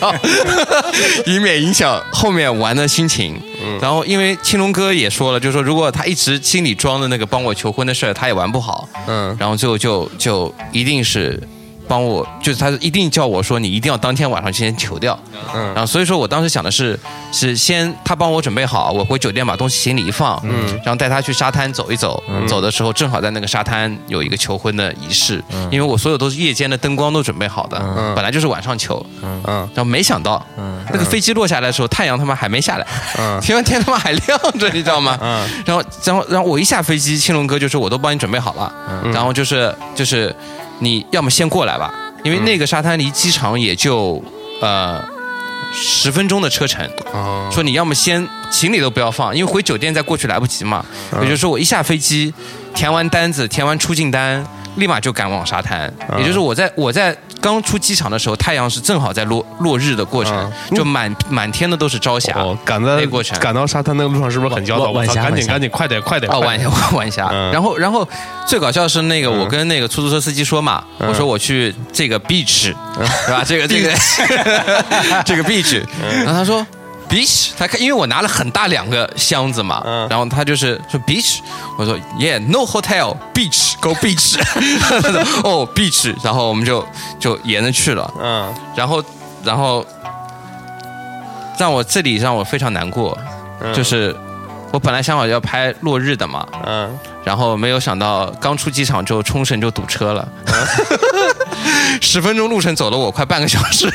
Speaker 1: 以免影响后面玩的心情。然后，因为青龙哥也说了，就是说如果他一直心里装的那个帮我求婚的事儿，他也玩不好。
Speaker 5: 嗯
Speaker 1: 然后最后就就一定是帮我，就是他一定叫我说你一定要当天晚上先求掉。然
Speaker 5: 嗯
Speaker 1: 后所以说我当时想的是，是先他帮我准备好，我回酒店把东西行李一放，嗯，然后带他去沙滩走一走，
Speaker 5: 嗯
Speaker 1: 走的时候正好在那个沙滩有一个求婚的仪式，因为我所有都是夜间的灯光都准备好的，
Speaker 5: 嗯
Speaker 1: 本来就是晚上求，
Speaker 5: 嗯
Speaker 1: 然后没想到，那个飞机落下来的时候，太阳他妈还没下来，
Speaker 5: 嗯
Speaker 1: 天天他妈还亮着，你知道吗？
Speaker 5: 嗯
Speaker 1: 然后，然后，然后我一下飞机，青龙哥就说我都帮你准备好了，
Speaker 5: 嗯
Speaker 1: 然后就是就是你要么先过来吧，因为那个沙滩离机场也就呃十分钟的车程，
Speaker 5: 哦
Speaker 1: 说你要么先行李都不要放，因为回酒店再过去来不及嘛。
Speaker 5: 嗯
Speaker 1: 也就是说，我一下飞机，填完单子，填完出境单，立马就赶往沙滩。
Speaker 5: 嗯
Speaker 1: 也就是我在我在刚出机场的时候，太阳是正好在落落日的过程，
Speaker 5: 嗯
Speaker 1: 就满满天的都是朝霞。
Speaker 5: 哦，赶
Speaker 1: 那
Speaker 5: 在
Speaker 1: 过程
Speaker 5: 赶到沙滩那个路上是不是很焦躁？
Speaker 3: 晚晚霞
Speaker 5: 我操，赶
Speaker 3: 晚
Speaker 5: 紧
Speaker 3: 霞
Speaker 5: 赶紧，快点快点！
Speaker 1: 哦，
Speaker 5: 快
Speaker 1: 晚
Speaker 5: 点
Speaker 1: 霞，晚霞。
Speaker 5: 嗯
Speaker 1: 然后，然后最搞笑的是那个，我跟那个出租车司机说嘛，
Speaker 5: 嗯
Speaker 1: 我说我去这个 beach，是吧？这个这个 这个 beach，然
Speaker 5: 嗯
Speaker 1: 后他说 beach，他看因为我拿了很大两个箱子嘛
Speaker 5: 嗯，
Speaker 1: 然后他就是说 beach，我说 yeah，no hotel，beach，go beach，他 说哦 beach，然后我们就就沿着去了，
Speaker 5: 嗯
Speaker 1: 然后然后让我这里让我非常难过，
Speaker 5: 嗯
Speaker 1: 就是我本来想好要拍落日的嘛，
Speaker 5: 嗯
Speaker 1: 然后没有想到刚出机场之后，冲绳就堵车 了，十分钟路程走了我快半个小时，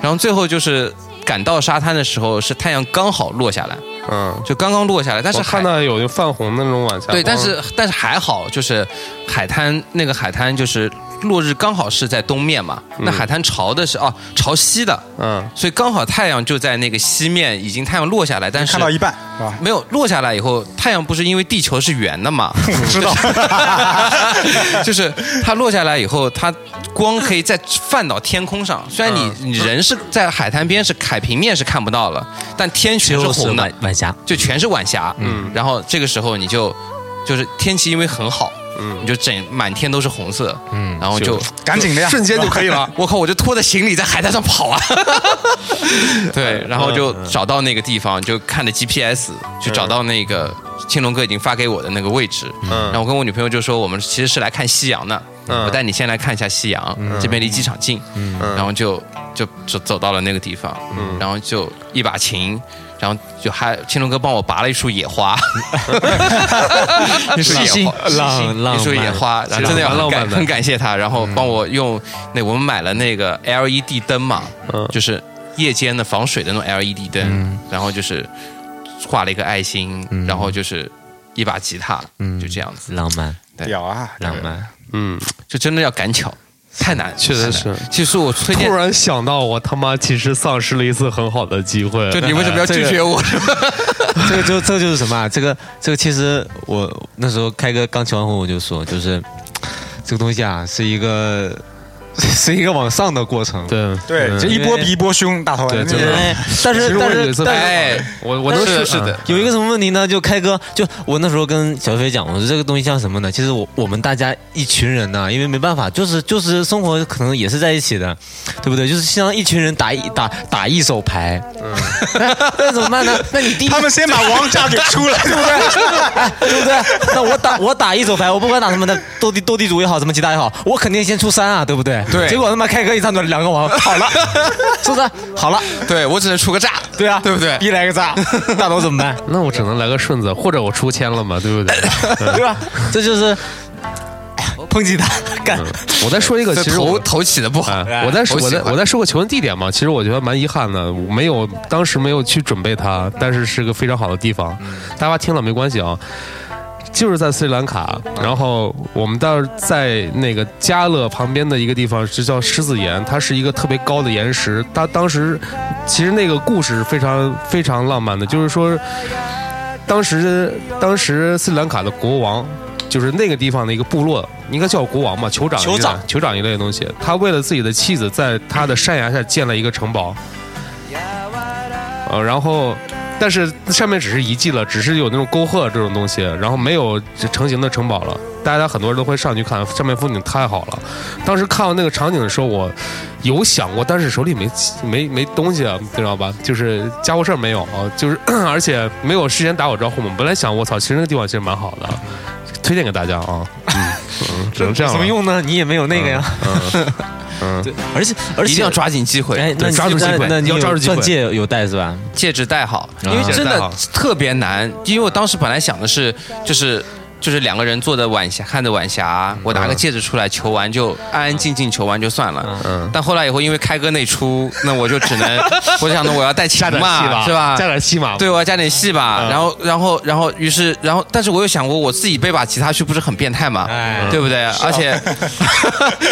Speaker 1: 然后最后就是赶到沙滩的时候，是太阳刚好落下来，
Speaker 5: 嗯，
Speaker 1: 就刚刚落下来，但是
Speaker 5: 我看
Speaker 1: 海
Speaker 5: 到有泛红的那种晚霞光，
Speaker 1: 对，但是但是还好，就是海滩那个海滩就是落日刚好是在东面嘛，那海滩朝的是哦朝西的，
Speaker 5: 嗯
Speaker 1: 所以刚好太阳就在那个西面，已经太阳落下来，但是
Speaker 7: 看到一半是吧？
Speaker 1: 没有落下来以后，太阳不是因为地球是圆的 嘛？我知道， 就是它落下来以后，它光可以再泛到天空上。虽然你你人是在海滩边，是海平面是看不到了，但天全是
Speaker 3: 最后是
Speaker 1: 红的
Speaker 3: 晚，晚霞，
Speaker 1: 就全是晚霞。嗯，然后这个时候你就就是天气因为很好，嗯，你就整满天都是红色，嗯，然后就。
Speaker 7: 赶紧的呀，
Speaker 5: 瞬间就可以了。
Speaker 1: 我靠！我就拖着行李在海滩上跑 啊，
Speaker 5: 嗯
Speaker 1: 对，然后就找到那个地方，就看着 GPS 去找到那个青龙哥已经发给我的那个位置。然后我跟我女朋友就说，我们其实是来看夕阳的，
Speaker 5: 嗯嗯
Speaker 1: 我带你先来看一下夕阳，这边离机场近。然后就就走走到了那个地方，然后就一把琴。然后就还青龙哥帮我拔了一束野 花， 一束野花，
Speaker 3: 浪浪
Speaker 1: 一束野
Speaker 3: 漫
Speaker 1: 花，然后真的要
Speaker 5: 啊
Speaker 1: 很
Speaker 5: 浪漫
Speaker 1: 感
Speaker 5: 的
Speaker 1: 很感谢他，然后帮我用那我们买了那个 LED 灯嘛，
Speaker 5: 嗯
Speaker 1: 就是夜间的防水的那种 LED 灯，然后就是画了一个爱心，
Speaker 5: 嗯
Speaker 1: 然后就是一把吉他，就这样子，
Speaker 3: 浪漫
Speaker 7: 屌啊！
Speaker 3: 浪漫，
Speaker 5: 嗯，
Speaker 1: 就真的要赶巧，太难，
Speaker 5: 确实
Speaker 1: 太难。其实我推荐
Speaker 5: 突，然想到，我他妈其实丧失了一次很好的机会。
Speaker 1: 就你
Speaker 3: 哎
Speaker 1: 为什么要拒绝我？
Speaker 3: 这个就这个就是什么、啊？这个这个其实我那时候开哥刚结完婚我就说，就是这个东西啊，是一个是一个 往上的过程。
Speaker 5: 对
Speaker 7: 对，这一波比一波凶，大头。
Speaker 5: 嗯
Speaker 7: 啊
Speaker 5: 对
Speaker 7: 那
Speaker 5: 真的
Speaker 7: 个
Speaker 3: 哎，但
Speaker 5: 其
Speaker 3: 是
Speaker 5: 实我
Speaker 3: 但
Speaker 5: 有一
Speaker 3: 是
Speaker 5: 次
Speaker 3: 但是
Speaker 1: 哎，
Speaker 5: 我我
Speaker 1: 是
Speaker 5: 都
Speaker 1: 的，
Speaker 5: 是嗯
Speaker 1: 是 的，
Speaker 3: 有一个什么问题呢？就开哥，就我那时候跟小飞讲，我说这个东西像什么呢？其实我我们大家一群人呢、因为没办法，就是就是生活可能也是在一起的，对不对？就是像一群人打一打打一手牌，那 那怎么办呢？那你第一
Speaker 7: 嗯他们先把王炸给出来，对 不对？
Speaker 3: 哎，对不对？那我打我打一手牌，我不管打什么的，斗地斗地主也好，什么其他也好，我肯定先出三啊，对不对？
Speaker 1: 对
Speaker 3: 结果他妈开哥一张嘴两个王，好 了，是不是？好了，
Speaker 1: 对我只能出个炸，
Speaker 3: 对啊，
Speaker 1: 对不对？
Speaker 3: 一来个炸，大头怎么办？
Speaker 5: 那嗯我只能来个顺子，或者我出千了嘛，对不对？
Speaker 3: 对吧？这就是。
Speaker 7: 抨击他，干
Speaker 5: 我再说一个，
Speaker 1: 这
Speaker 5: 其实
Speaker 1: 头
Speaker 5: 我
Speaker 1: 头起的不好
Speaker 5: 哎，，我再说，
Speaker 1: 头
Speaker 5: 我
Speaker 1: 起
Speaker 5: 再
Speaker 1: 坏
Speaker 5: 我再说个求婚地点嘛，其实我觉得蛮遗憾的，我没有当时没有去准备它，但是是个非常好的地方，大家听了没关系啊。就是在斯里兰卡，然后我们到在那个加勒旁边的一个地方，是叫狮子岩，它是一个特别高的岩石。它当时其实那个故事非常非常浪漫的，就是说，当时当时斯里兰卡的国王，就是那个地方的一个部落，应该叫国王吧，酋长一类
Speaker 7: 酋长
Speaker 5: 酋长一类的东西。他为了自己的妻子，在他的山崖下建了一个城堡，呃，然后。但是上面只是遗迹了，只是有那种沟壑这种东西，然后没有成型的城堡了。大家很多人都会上去看，上面风景太好了。当时看到那个场景的时候，我有想过，但是手里没没没东西，知道吧？就是家伙事儿没有，就是而且没有事先打我招呼嘛。本来想，我操，其实那个地方其实蛮好的，推荐给大家啊。嗯，嗯只能这样嗯
Speaker 8: 怎
Speaker 5: 了
Speaker 8: 么。用呢？你也没有那个呀。
Speaker 3: 而且而且
Speaker 1: 一定要抓紧机会，
Speaker 3: 哎，那你
Speaker 5: 抓住机会
Speaker 3: 那那你
Speaker 5: 要
Speaker 3: 有
Speaker 5: 抓住机会嗯
Speaker 3: 钻戒有戴是吧？
Speaker 1: 戒指戴好，因为
Speaker 3: 戒指
Speaker 1: 真
Speaker 5: 啊戴
Speaker 1: 的
Speaker 5: 好
Speaker 1: 特别难。因为我当时本来想的是，就是就是两个人坐着晚霞，看着晚霞，
Speaker 5: 嗯
Speaker 1: 我拿个戒指出来求完就安安静静求完就算了。
Speaker 5: 嗯，
Speaker 1: 但后来以后，因为开哥那出，那我就只 能，我想着我要带情
Speaker 5: 加点戏
Speaker 1: 嘛，
Speaker 5: 吧，嗯
Speaker 1: 是吧
Speaker 5: 加？点戏嘛。
Speaker 1: 对，我要加点戏吧。然后，然后，然后，于是，然后，但是我又想过，我自己背把吉他去，不是很变态嘛？
Speaker 3: 哎
Speaker 1: 对不对？
Speaker 5: 嗯
Speaker 1: 而且
Speaker 5: 啊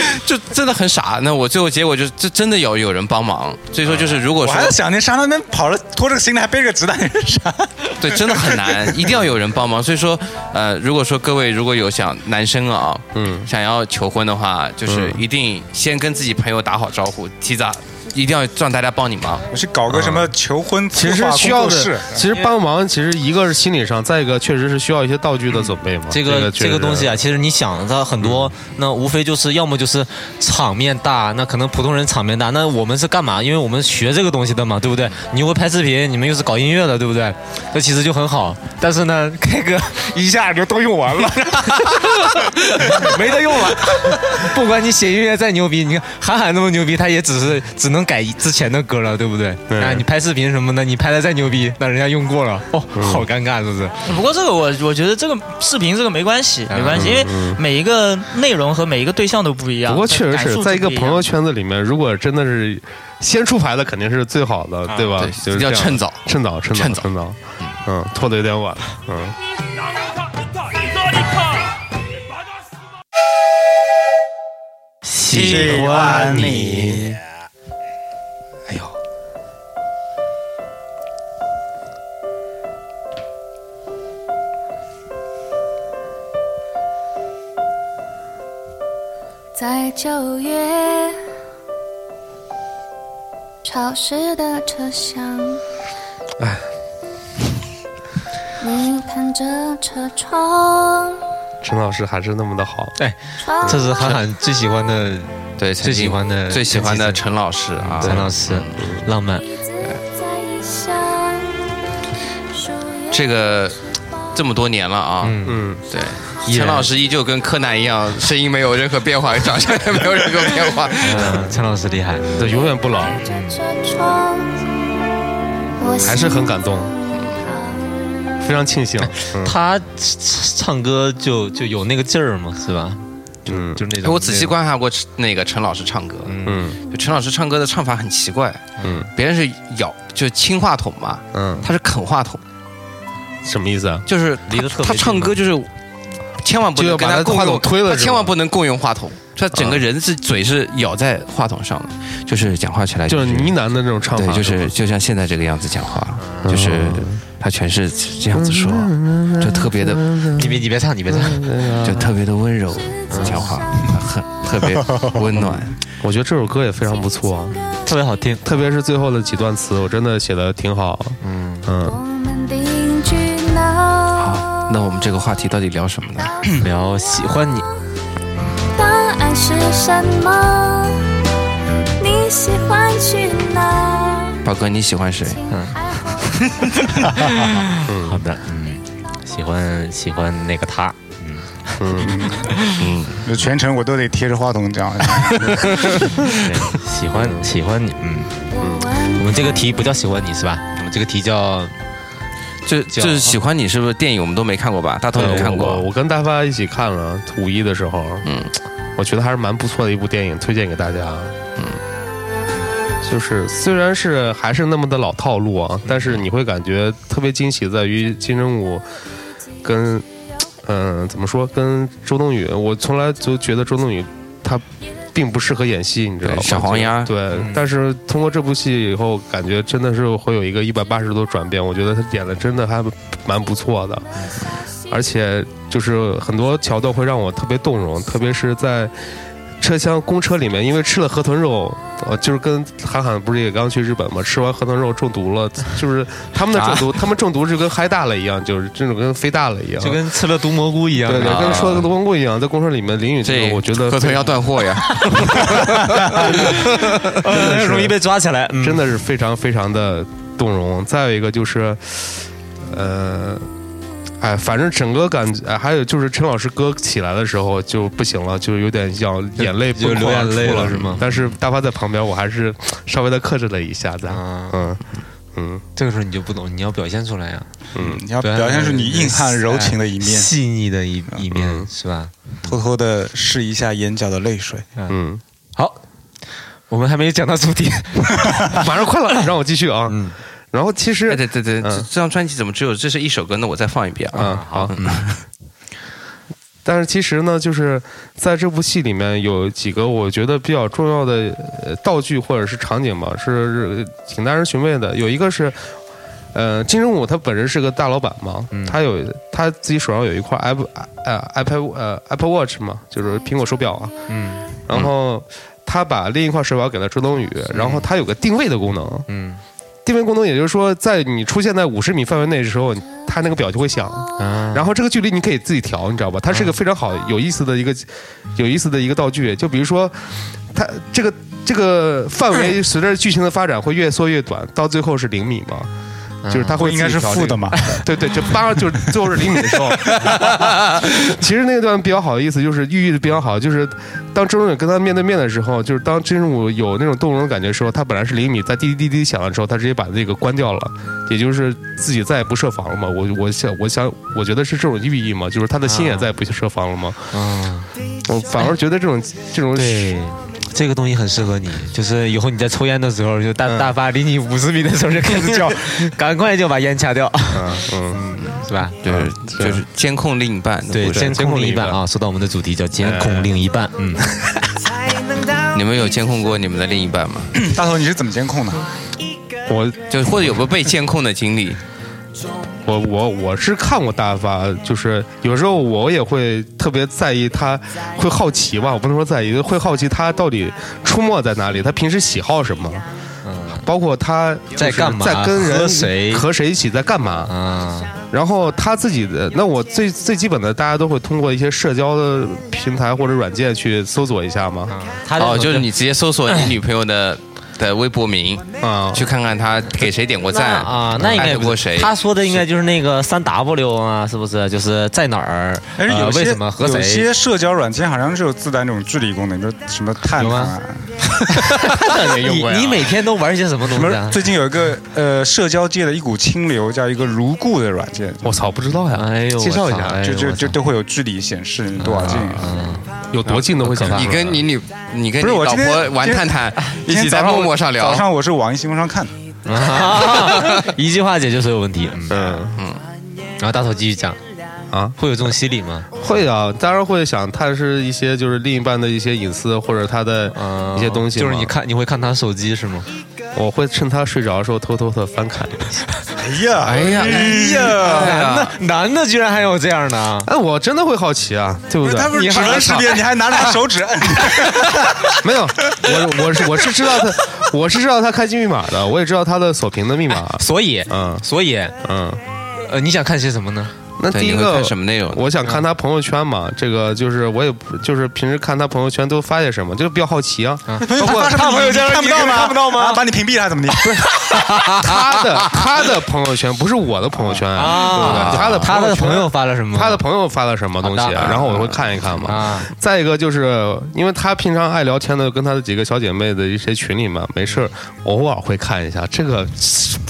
Speaker 1: 就真的很傻。那我最后结果就是，这真的有有人帮忙。所以说，
Speaker 5: 嗯
Speaker 1: 就是如果
Speaker 7: 我
Speaker 1: 说
Speaker 7: 还在想那山那边跑了，拖着个行李还背着个子弹， 那是啥？
Speaker 1: 对，真的很难，一定要有人帮忙。所以说，呃，如果说各位如果有想男生啊，
Speaker 5: 嗯
Speaker 1: 想要求婚的话，就是
Speaker 5: 嗯
Speaker 1: 一定先跟自己朋友打好招呼，提早一定要让大家帮你忙。
Speaker 7: 我去搞个什么求婚
Speaker 5: 嗯其
Speaker 7: 策
Speaker 5: 实
Speaker 7: 划
Speaker 5: 需
Speaker 7: 工
Speaker 5: 要
Speaker 7: 作
Speaker 5: 的
Speaker 7: 室，，
Speaker 5: 其实帮忙，其实一个是心理上，再一个确实是需要一些道具的准备嘛。
Speaker 3: 这个
Speaker 5: 确
Speaker 3: 这个
Speaker 5: 实嗯
Speaker 3: 东西啊，其实你想它很多，那无非就是要么就是场面大，那可能普通人场面大，那我们是干嘛？因为我们学这个东西的嘛，对不对？你又会拍视频，你们又是搞音乐的，对不对？这其实就很好，但是呢， 开哥
Speaker 8: 一下就都用完了，没得用了。
Speaker 3: 不管你写音乐再牛逼，你看韩寒那么牛逼，他也只是只能改之前的歌了，对不对？
Speaker 5: 对
Speaker 3: 啊，你拍视频什么的，你拍的再牛逼，那人家用过了，哦，
Speaker 5: 嗯
Speaker 3: 好尴尬，是不是？
Speaker 2: 不过这个我我觉得这个视频这个没关系，没关系，因为每一个内容和每一个对象都不一样。
Speaker 5: 嗯不过确实
Speaker 2: 感受
Speaker 5: 是
Speaker 2: 都
Speaker 5: 在一
Speaker 2: 不
Speaker 5: 个
Speaker 2: 样
Speaker 5: 朋友圈子里面，如果真的是先出牌的，肯定是最好的，对吧？
Speaker 1: 对一
Speaker 5: 就是
Speaker 1: 定
Speaker 5: 这
Speaker 1: 要
Speaker 5: 样
Speaker 1: 趁早
Speaker 5: 趁早，趁
Speaker 1: 趁
Speaker 5: 早，
Speaker 1: 早
Speaker 5: 趁早。嗯，拖的有点晚了。嗯，
Speaker 3: 喜
Speaker 7: 欢你。哎呦，
Speaker 4: 在九月潮湿的车厢，
Speaker 3: 哎
Speaker 4: 你看着车窗，
Speaker 5: 陈老师还是那么的好。
Speaker 4: 窗
Speaker 3: 这是韩寒最喜欢的
Speaker 1: 对，
Speaker 3: 最喜欢的
Speaker 1: 最喜欢的
Speaker 3: 陈
Speaker 1: 陈老师啊，
Speaker 3: 陈老师，浪漫。
Speaker 4: 一直在异乡，树叶
Speaker 1: 这个这么多年了啊，
Speaker 3: 嗯
Speaker 5: 嗯，
Speaker 1: 对。
Speaker 3: 依
Speaker 1: 陈
Speaker 3: 然
Speaker 1: 老师依旧跟柯南一样，声音没有任何变化，长相也没有任何变化。
Speaker 3: 嗯，陈老师厉害，
Speaker 5: 对，永远不老。
Speaker 4: 着车窗，我
Speaker 5: 还是很感动
Speaker 4: 心疼
Speaker 5: 非常庆幸。嗯
Speaker 3: 他唱歌就就有那个劲儿嘛，是吧？
Speaker 5: 嗯
Speaker 3: 就是那种。
Speaker 1: 我仔细观察过那个陈老师唱歌，
Speaker 5: 嗯
Speaker 1: 就陈老师唱歌的唱法很奇怪，
Speaker 5: 嗯
Speaker 1: 别人是咬就轻话筒嘛，
Speaker 5: 嗯，
Speaker 1: 他是啃话筒，
Speaker 5: 什么意思啊？
Speaker 1: 就是
Speaker 3: 离得
Speaker 1: 他
Speaker 3: 特别
Speaker 1: 他
Speaker 3: 近
Speaker 1: 唱歌就是千万不
Speaker 5: 就
Speaker 1: 能
Speaker 5: 要
Speaker 1: 跟
Speaker 5: 把
Speaker 1: 他
Speaker 5: 他
Speaker 1: 共
Speaker 5: 话
Speaker 1: 用
Speaker 5: 筒推了
Speaker 1: 他
Speaker 5: 是
Speaker 1: 千
Speaker 5: 吗
Speaker 1: 万不能共用话筒，他整个人是嘴是咬在话筒上的，就是讲话起来
Speaker 5: 就是呢
Speaker 1: 你
Speaker 5: 喃的那种唱
Speaker 1: 对
Speaker 5: 法，，
Speaker 1: 就是就像现在这个样子讲话，
Speaker 5: 嗯
Speaker 1: 就是他全是这样子说，就特别的
Speaker 5: 嗯
Speaker 3: 你别你别唱，你别唱，
Speaker 1: 就特别的温柔讲话，很特别温 暖。
Speaker 5: 我觉得这首歌也非常不错啊，
Speaker 3: 特别好听。
Speaker 5: 特别是最后的几段词，我真的写的挺好。嗯嗯。
Speaker 4: 我们定居哪？
Speaker 1: 那我们这个话题到底聊什么呢？
Speaker 3: 聊喜欢你，
Speaker 4: 答案是什么？你喜欢去哪？
Speaker 1: 宝哥你喜欢谁？
Speaker 4: 嗯
Speaker 3: 好的，嗯，喜欢喜欢那个 他，
Speaker 7: 就全程我都得贴着话 筒嗯讲，
Speaker 3: 对，喜欢喜欢你，嗯，
Speaker 4: 我
Speaker 3: 我
Speaker 4: 问
Speaker 3: 们这个题不叫喜欢你是吧？我们这个题叫
Speaker 1: 就就是喜欢你是不是电影我们都没看过吧？大头有看
Speaker 5: 嗯我
Speaker 1: 过，
Speaker 5: 我跟大发一起看了五一的时候，
Speaker 1: 嗯，
Speaker 5: 我觉得还是蛮不错的一部电影，推荐给大家。嗯，就是虽然是还是那么的老套路啊，但
Speaker 1: 嗯
Speaker 5: 是你会感觉特别惊喜，在于金城武跟嗯、怎么说跟周冬雨，我从来就觉得周冬雨她并不适合演戏，你知道吗？
Speaker 1: 对小黄鸭嗯
Speaker 5: 对，但是通过这部戏以后，感觉真的是会有一个一百八十度转变。我觉得她演的真的还蛮不错的，而且就是很多桥段会让我特别动容，特别是在车厢公车里面，因为吃了河豚肉，呃，就是跟韩寒不是也刚去日本嘛，吃完河豚肉中毒了， 就是他们的中毒，他们中毒是跟嗨大了一样，就是这种啊跟飞大了一样，
Speaker 3: 就跟吃了毒蘑菇一样。
Speaker 5: 对对，
Speaker 1: 啊
Speaker 5: 跟说的光棍一样，在公车里面淋雨这
Speaker 1: 这
Speaker 5: 个，我觉得
Speaker 1: 河豚要断货呀。
Speaker 3: 呃容易被抓起来。嗯
Speaker 5: 真的是非常非常的动容。再有一个就是，呃，哎，反正整个感觉，哎还有就是陈老师歌起来的时候就不行了，就有点要眼泪
Speaker 3: 就
Speaker 5: 崩
Speaker 3: 流
Speaker 5: 眶而
Speaker 3: 眼泪
Speaker 5: 出
Speaker 3: 了
Speaker 5: 了
Speaker 3: 是吗
Speaker 5: 但是大发在旁边，我还是稍微的克制了一下子。
Speaker 3: 啊，
Speaker 5: 嗯嗯，
Speaker 3: 这个时候你就不懂，你要表现出来呀、
Speaker 7: 你要啊表现出你硬汉柔情的一面，
Speaker 3: 哎
Speaker 5: 嗯
Speaker 7: 嗯
Speaker 3: 细腻的一一面、是吧？
Speaker 7: 偷偷的拭一下眼角的泪水。
Speaker 5: 嗯，
Speaker 3: 好，我们还没讲到主 题，
Speaker 5: 马上快了，让我继续啊。
Speaker 3: 嗯
Speaker 5: 然后其实
Speaker 1: 哎，对对对，这
Speaker 5: 嗯
Speaker 1: 这张专辑怎么只有这是一首歌？那我再放一遍啊。
Speaker 5: 啊，好。但是其实呢，就是在这部戏里面有几个我觉得比较重要的呃道具或者是场景吧，是呃挺耐人寻味的。有一个是，呃，金城武他本人是个大老板嘛，他有他自己手上有一块 Apple 呃 Apple 呃 Apple Watch 嘛，就是苹果手表啊，
Speaker 3: 嗯
Speaker 5: 然后他把另一块手表给了周冬雨，然后他有个定位的功能，
Speaker 3: 嗯
Speaker 5: 定位功能也就是说，在你出现在五十米范围内的时候，他那个表就会响。
Speaker 3: 啊，
Speaker 5: 然后这个距离你可以自己调，你知道吧？它是一个非常好、
Speaker 7: 啊
Speaker 5: 有意思的一个、有意思的一个道具。就比如说，它这个这个范 围随着剧情的发展会越缩越短，到最后是零米嘛。就是它会
Speaker 7: 应该
Speaker 5: 自己
Speaker 7: 是
Speaker 5: 调
Speaker 7: 负
Speaker 5: 这
Speaker 7: 的
Speaker 5: 个
Speaker 7: 嘛？
Speaker 5: 对对，就八就是最后是厘米的时候。 其实那段比较好的意思就是寓意的比较好，就是当周润跟他面对面的时候，就是当真武有那种动容的感觉的时候，他本来是厘米，在滴滴滴滴响的时候，他直接把这个关掉了，也就是自己再也不设防了嘛。我我想我想我觉得是这种寓意嘛，就是他的心也再也不去设防了嘛。
Speaker 3: 嗯，
Speaker 5: 我反而觉得这种这种
Speaker 3: 对。这个东西很适合你，就是以后你在抽烟的时候，就大、
Speaker 5: 嗯
Speaker 3: 大发离你五十米的时候就开始 叫，赶快就把烟掐掉，
Speaker 5: 嗯嗯
Speaker 3: 是吧？
Speaker 1: 对，就是监控另一半的
Speaker 3: 对，
Speaker 1: 故事
Speaker 3: 监控
Speaker 5: 控
Speaker 3: 另
Speaker 5: 另
Speaker 3: 一
Speaker 5: 一
Speaker 3: 半
Speaker 5: 半
Speaker 3: 啊，说到我们的主题叫监控另一半，嗯，
Speaker 1: 你们有监控过你们的另一半吗？
Speaker 7: 大头，你是怎么监控的？
Speaker 5: 我
Speaker 1: 就或者有没有被监控的经历？
Speaker 5: 我我我是看过大发，就是有时候我也会特别在意他，会好奇吧，我不能说在意，会好奇他到底出没在哪里，他平时喜好什么，包括他就是
Speaker 3: 嗯在干嘛
Speaker 5: 在跟人
Speaker 3: 和谁
Speaker 5: 和谁一起在干嘛，
Speaker 3: 啊，
Speaker 5: 然后他自己的，那我最最基本的，大家都会通过一些社交的平台或者软件去搜索一下嘛，
Speaker 3: 他
Speaker 1: 哦，就是你直接搜索你女朋友的的微博名，
Speaker 5: 啊、
Speaker 1: 去看看她给谁点过赞
Speaker 3: 啊，那应该
Speaker 1: 艾哎嗯特过谁？
Speaker 3: 他说的应该就是那个三 W 啊，是不是？就是在哪儿？
Speaker 7: 但是哎有
Speaker 3: 呃
Speaker 7: 些、
Speaker 3: 为什么和
Speaker 7: 有
Speaker 3: 谁？
Speaker 7: 些社交软件好像是有自带那种距离功能，就什么探
Speaker 3: 有
Speaker 7: 探
Speaker 3: 吗
Speaker 7: 啊，
Speaker 5: 也用
Speaker 3: 你
Speaker 5: 过呀
Speaker 3: 你每天都玩些什么
Speaker 7: 什
Speaker 3: 东西
Speaker 7: 么
Speaker 3: 啊？
Speaker 7: 最近有一个呃社交界的一股清流，叫一个如故的软件，
Speaker 5: 我操，不知道呀，
Speaker 3: 哎呦，
Speaker 5: 介绍一下
Speaker 3: 我操
Speaker 7: 就就就，
Speaker 3: 哎呦
Speaker 7: 都会有距离显示你多少近。
Speaker 5: 有多近都会想
Speaker 1: 你跟你女，你跟
Speaker 7: 不
Speaker 1: 你
Speaker 7: 是我
Speaker 1: 老
Speaker 7: 今天
Speaker 1: 婆玩
Speaker 7: 今天
Speaker 1: 探探，一
Speaker 7: 今天
Speaker 1: 起在
Speaker 7: 早上
Speaker 1: 陌
Speaker 7: 我
Speaker 1: 陌上聊
Speaker 7: 早。上我是网易新闻上看的，
Speaker 3: 我操 啊一句话解决所有问题。嗯，
Speaker 5: 嗯。
Speaker 3: 然后大头继续讲
Speaker 5: 啊，
Speaker 3: 会有这种心理吗？
Speaker 5: 会啊，当然会想探视一些就是另一半的一些隐私或者他的
Speaker 3: 啊，
Speaker 5: 一些东西嘛、
Speaker 3: 就是你看你会看他手机是吗？
Speaker 5: 我会趁他睡着的时候偷偷的翻看。
Speaker 7: 哎呀，
Speaker 1: 哎呀，
Speaker 3: 呀，
Speaker 1: 哎
Speaker 3: 男
Speaker 1: 呀，
Speaker 3: 的男的居然还有这样的啊！
Speaker 5: 哎，我真的会好奇啊，对不对？
Speaker 7: 他不是
Speaker 3: 你
Speaker 7: 指
Speaker 3: 还
Speaker 7: 纹识别，你还拿俩手指摁，
Speaker 5: 没有，我我是我是知道他， 我是知道他开机密码
Speaker 3: 哎
Speaker 5: 的，我也知道他的锁屏的密码。
Speaker 3: 所以，
Speaker 5: 嗯
Speaker 3: 所以，
Speaker 5: 嗯，
Speaker 3: 呃，你想看些什么呢？
Speaker 5: 那
Speaker 1: 对
Speaker 5: 第一
Speaker 1: 你会
Speaker 5: 个
Speaker 1: 看什么内容呢
Speaker 5: 我想看他朋友圈嘛，这个就是我也不就是平时看他朋友圈都发些什么，就是比较好奇啊。
Speaker 7: 包括他朋友圈看不到吗？看不到吗？把你屏蔽了还是怎么的？
Speaker 5: 他的他的朋友圈不是我的朋友圈啊，对不对？他的
Speaker 3: 他的
Speaker 5: 圈
Speaker 3: 朋友发了什么？
Speaker 5: 他的朋友发了什么东西，啊
Speaker 3: 好的
Speaker 5: 然后我会看一看嘛。
Speaker 3: 啊，
Speaker 5: 再一个就是，因为他平常爱聊天的，跟他的几个小姐妹的一些群里嘛，没事儿偶尔会看一下，这个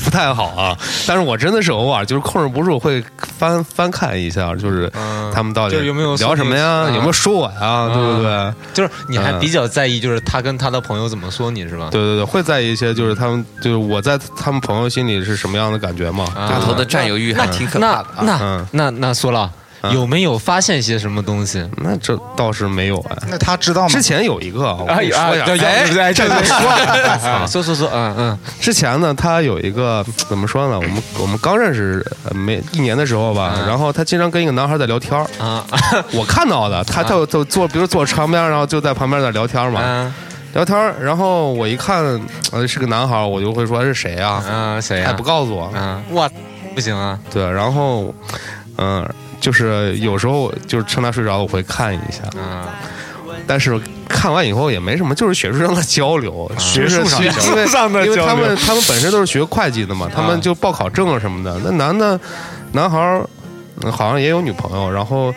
Speaker 5: 不太好啊。但是我真的是偶尔就是控制不住会翻翻看一下，就是他们到底
Speaker 3: 就是有没有
Speaker 5: 聊什么呀，
Speaker 3: 嗯
Speaker 5: 有没有说我呀，对不对？
Speaker 3: 就是你还
Speaker 5: 嗯
Speaker 3: 比较在意，就是他跟他的朋友怎么说你是吧？
Speaker 5: 对对对，会在意一些就是他们就是我在他们朋友心里是什么样的感觉嘛？
Speaker 3: 啊
Speaker 1: 大头的占有欲还挺可怕
Speaker 3: 那
Speaker 1: 的啊。
Speaker 3: 那
Speaker 5: 嗯
Speaker 3: 那那说了，
Speaker 5: 嗯
Speaker 3: 有没有发现些什么东西？
Speaker 5: 那这倒是没有哎。
Speaker 7: 那 他知道吗？
Speaker 5: 之前有一个，啊我跟你说一下，
Speaker 3: 哎，这个
Speaker 5: 哎
Speaker 3: 说，说说说，嗯嗯，
Speaker 5: 之前呢，他有一个怎么说呢？我们我们刚认识呃没一年的时候吧，然后他经常跟一个男孩在聊天儿，
Speaker 3: 啊
Speaker 5: 我看到的，他就就坐，比如坐旁边，然后就在旁边在聊天嘛，
Speaker 3: 啊
Speaker 5: 聊天儿，然后我一看，呃，是个男孩，我就会说是谁啊？
Speaker 3: 啊，谁
Speaker 5: 还
Speaker 3: 呀
Speaker 5: 不？告诉我，
Speaker 3: 啊，哇，不行啊，
Speaker 5: 对，然后，嗯、就是有时候就是趁他睡着，我会看一下，
Speaker 8: 嗯
Speaker 3: 啊，
Speaker 5: 但是看完以后也没什么，就是学术上的交流，学术上因为
Speaker 8: 嗯上的
Speaker 5: 因为
Speaker 8: 交
Speaker 5: 他
Speaker 8: 流嗯
Speaker 5: 们他们本身都是学会计的嘛，他们就报考证啊什么的。那男的男孩儿嗯好像也有女朋友，然后。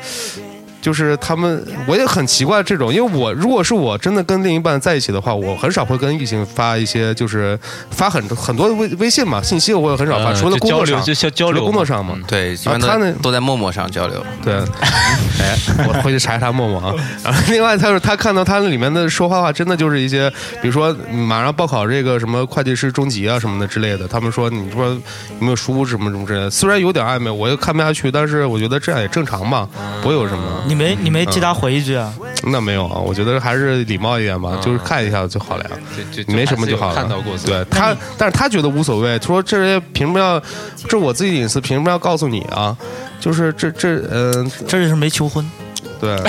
Speaker 5: 就是他们，我也很奇怪这种，因为我如果是我真的跟另一半在一起的话，我很少会跟异性发一些，就是发很很多的微微信嘛信息，我也很少发，
Speaker 3: 嗯
Speaker 5: 除了
Speaker 3: 就
Speaker 5: 工
Speaker 3: 交
Speaker 5: 作
Speaker 3: 流
Speaker 5: 上，
Speaker 3: 就交交
Speaker 5: 除了
Speaker 3: 流
Speaker 5: 工作上嘛，
Speaker 3: 嗯
Speaker 1: 对，一般
Speaker 5: 啊他
Speaker 1: 都
Speaker 5: 那
Speaker 1: 都在陌陌上交流。
Speaker 5: 对， 哎，我回去查一查陌陌啊。然后另外，他说他看到他里面的说话话，真的就是一些，比如说马上报考这个什么会计师中级啊什么的之类的。他们说你说有没有书什么什么之类的，虽然有点暧昧，我又看不下去，但是我觉得这样也正常吧，不会有什么。
Speaker 3: 嗯
Speaker 2: 你没你没替他回一句啊？
Speaker 5: 那没有啊，我觉得还是礼貌一点吧，就是看一下就好了呀。
Speaker 3: 嗯就就
Speaker 5: 没什么就好了。
Speaker 3: 看到过，
Speaker 5: 对他，但是他觉得无所谓，说这些凭什么要，这是我自己的隐私，凭什么要告诉你啊？就是这这嗯、
Speaker 2: 这就是没求婚，
Speaker 5: 对。
Speaker 1: 对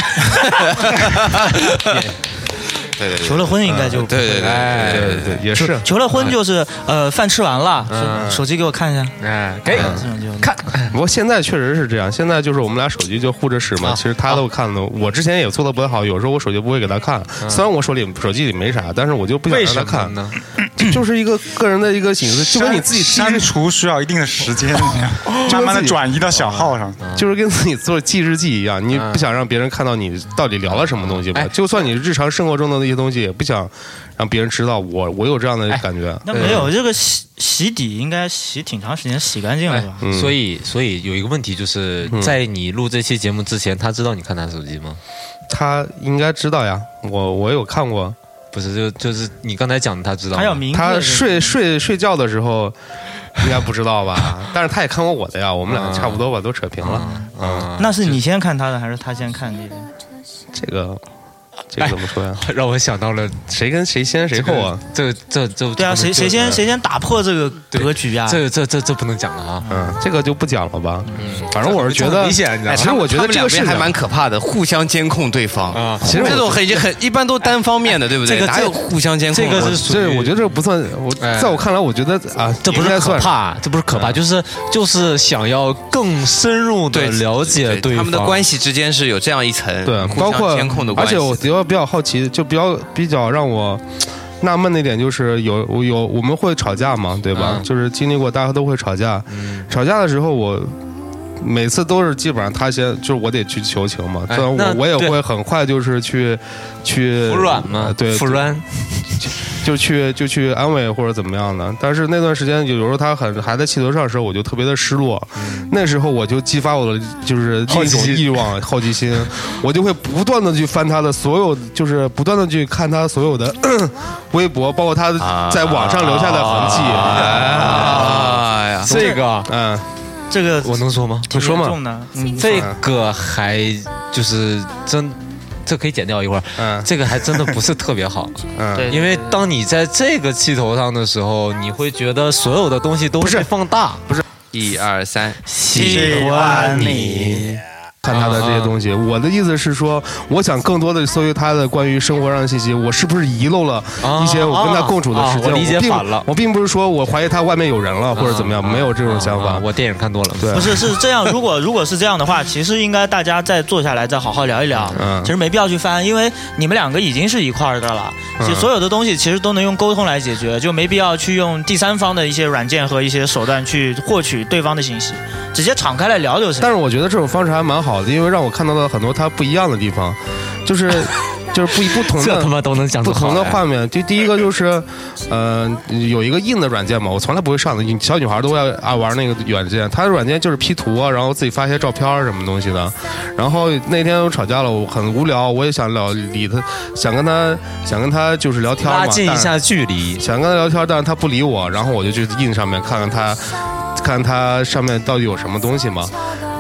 Speaker 1: 对对
Speaker 2: 求了婚应该就
Speaker 1: 对对对
Speaker 3: 哎
Speaker 1: 对
Speaker 5: 对
Speaker 1: 对
Speaker 5: 对，也是
Speaker 2: 求了婚就是呃饭吃完了，
Speaker 3: 嗯
Speaker 2: 手手机给我看一下，
Speaker 3: 哎，给
Speaker 1: 嗯
Speaker 2: 这种就
Speaker 3: 看
Speaker 5: 不过现在确实是这样，现在就是我们俩手机就护着使嘛。
Speaker 3: 啊
Speaker 5: 其实他都看的，我之前也做的不太好，有时候我手机不会给他看。虽然我手里手机里没啥，但是我就不
Speaker 3: 嗯
Speaker 5: 想
Speaker 3: 为
Speaker 5: 哎让
Speaker 3: 什
Speaker 5: 他
Speaker 3: 么
Speaker 5: 看，
Speaker 3: 呢？
Speaker 5: 就是一个个人的一个隐私，就跟你自己记
Speaker 7: 删
Speaker 5: 日，
Speaker 7: 除需要一定的时间，慢慢的转移到小号上。
Speaker 5: 就是跟自己做记日记一样，你
Speaker 3: 嗯
Speaker 5: 不想让别人看到你到底聊了什么东西吧
Speaker 3: 哎？
Speaker 5: 就算你日常生活中的那些东西，也不想让别人知道我我有这样的
Speaker 3: 哎
Speaker 5: 感觉。
Speaker 2: 那没有这个洗洗底应该洗挺长时间，洗干净了吧？
Speaker 5: 嗯
Speaker 3: 哎所以，所以有一个问题就是在你录这期节目之前，他知道你看他手机吗？
Speaker 5: 他应该知道呀，我我有看过。
Speaker 3: 不是，就就是你刚才讲的，他知道吗。
Speaker 2: 还有明确
Speaker 5: 他
Speaker 2: 的
Speaker 5: 睡睡睡觉的 时候，应该不知道吧？但是他也看过我的呀，我们俩差不多吧，都扯平了。
Speaker 3: 啊，
Speaker 2: 嗯那是你先看他的还是他先看你的？
Speaker 5: 这个，这个怎么说呀？
Speaker 3: 让我想到了
Speaker 5: 谁跟谁先谁后啊？
Speaker 3: 这这这
Speaker 2: 对啊，谁谁先谁先打破这个格局啊？
Speaker 3: 这这这这不能讲了啊！
Speaker 5: 嗯，这个就不讲了吧。反正我是觉
Speaker 3: 这很
Speaker 5: 得，
Speaker 3: 危险你知道吗
Speaker 5: 哎其实我觉得这
Speaker 1: 两
Speaker 5: 个事
Speaker 1: 边
Speaker 5: 情
Speaker 1: 还蛮可怕的，互相监控对方
Speaker 3: 啊
Speaker 1: 其实这种很已经很一般，都单方面的，对不对？
Speaker 3: 这个
Speaker 1: 哪有互相监控
Speaker 3: 这
Speaker 1: 的？
Speaker 3: 个是属
Speaker 5: 这
Speaker 3: 于
Speaker 5: 我觉得这不算，我
Speaker 3: 哎
Speaker 5: 在我看来，我觉得啊，
Speaker 3: 这不
Speaker 5: 应
Speaker 3: 是
Speaker 5: 该
Speaker 3: 可
Speaker 5: 算是。
Speaker 3: 怕，这不是可怕，就是就是想要更深入的
Speaker 1: 对
Speaker 3: 了解
Speaker 1: 对他们的
Speaker 3: 方
Speaker 1: 关系之间是有这样一层
Speaker 5: 对，
Speaker 1: 互
Speaker 5: 包
Speaker 1: 相
Speaker 5: 括
Speaker 1: 监控的
Speaker 5: 而
Speaker 1: 关系。
Speaker 5: 且我比较比较好奇，就比较比较让我纳闷的一点就是有我有我们会吵架嘛，对吧？
Speaker 3: 嗯
Speaker 5: 就是经历过，大家都会吵架。吵架的时候我。每次都是基本上他先，就是我得去求情嘛，
Speaker 3: 哎
Speaker 5: 虽然
Speaker 3: 那
Speaker 5: 我我也
Speaker 3: 对
Speaker 5: 会很快就是去去
Speaker 3: 服软嘛，
Speaker 5: 对，
Speaker 3: 服软，
Speaker 5: 就去就去安慰或者怎么样的。但是那段时间，有时候他很还在气头上的时候，我就特别的失落。那时候我就激发我的就是另一种欲望、好奇心，我就会不断的去翻他的所有，就是不断的去看他所有的 微博，包括他在网上留下的痕迹。
Speaker 1: 啊哎呀，
Speaker 3: 这个
Speaker 5: 嗯，
Speaker 2: 这个
Speaker 3: 我能说吗？
Speaker 2: 挺
Speaker 5: 说
Speaker 2: 严
Speaker 5: 嘛
Speaker 2: 重的，嗯，
Speaker 3: 这个还就是真，这可以剪掉一会儿。
Speaker 5: 嗯
Speaker 3: 这个还真的不是特别好，
Speaker 5: 嗯
Speaker 2: 对，
Speaker 3: 因为当你在这个气头上的时候，你会觉得所有的东西都是放大。
Speaker 1: 一二三，
Speaker 3: 喜
Speaker 2: 欢你。
Speaker 5: 看他的这些东
Speaker 3: 啊
Speaker 5: 西。我的意思是说，我想更多的搜集他的关于生活上的信息，我是不是遗漏了一些我跟他共处的时间？
Speaker 3: 啊啊啊我理解
Speaker 5: 并
Speaker 3: 反了啊
Speaker 5: 我并不是说我怀疑他外面有人了或者怎么样，没有这种想法。
Speaker 3: 我电影看多了，
Speaker 5: 对
Speaker 2: 不是是这样，如果如果是这样的 话，其实应该大家再坐下来再好好聊一聊。
Speaker 5: 嗯
Speaker 2: 其实没必要去翻，因为你们两个已经是一块儿的了，
Speaker 5: 嗯
Speaker 2: 其实所有的东西其实都能用沟通来解决，就没必要去用第三方的一些软件和一些手段去获取对方的信息，直接敞开来聊就行。
Speaker 5: 但是我觉得这种方式还蛮好的，因为让我看到了很多他不一样的地方，就是 就是不一不同
Speaker 3: 这他
Speaker 5: 的。
Speaker 3: 妈都能讲出
Speaker 5: 不同的
Speaker 3: 好来
Speaker 5: 画面，就第一个就是，呃，有一个硬的软件嘛，我从来不会上的，小女孩都要爱玩那个软件。它的软件就是 P 图啊，然后自己发一些照片儿什么东西的。然后那天我吵架了，我很无聊，我也想聊理他，想跟他想跟他就是聊天嘛，
Speaker 3: 拉近一
Speaker 5: 但是
Speaker 3: 下距离。
Speaker 5: 想跟他聊天，但是他不理我，然后我就去印上面看看他，看他上面到底有什么东西嘛，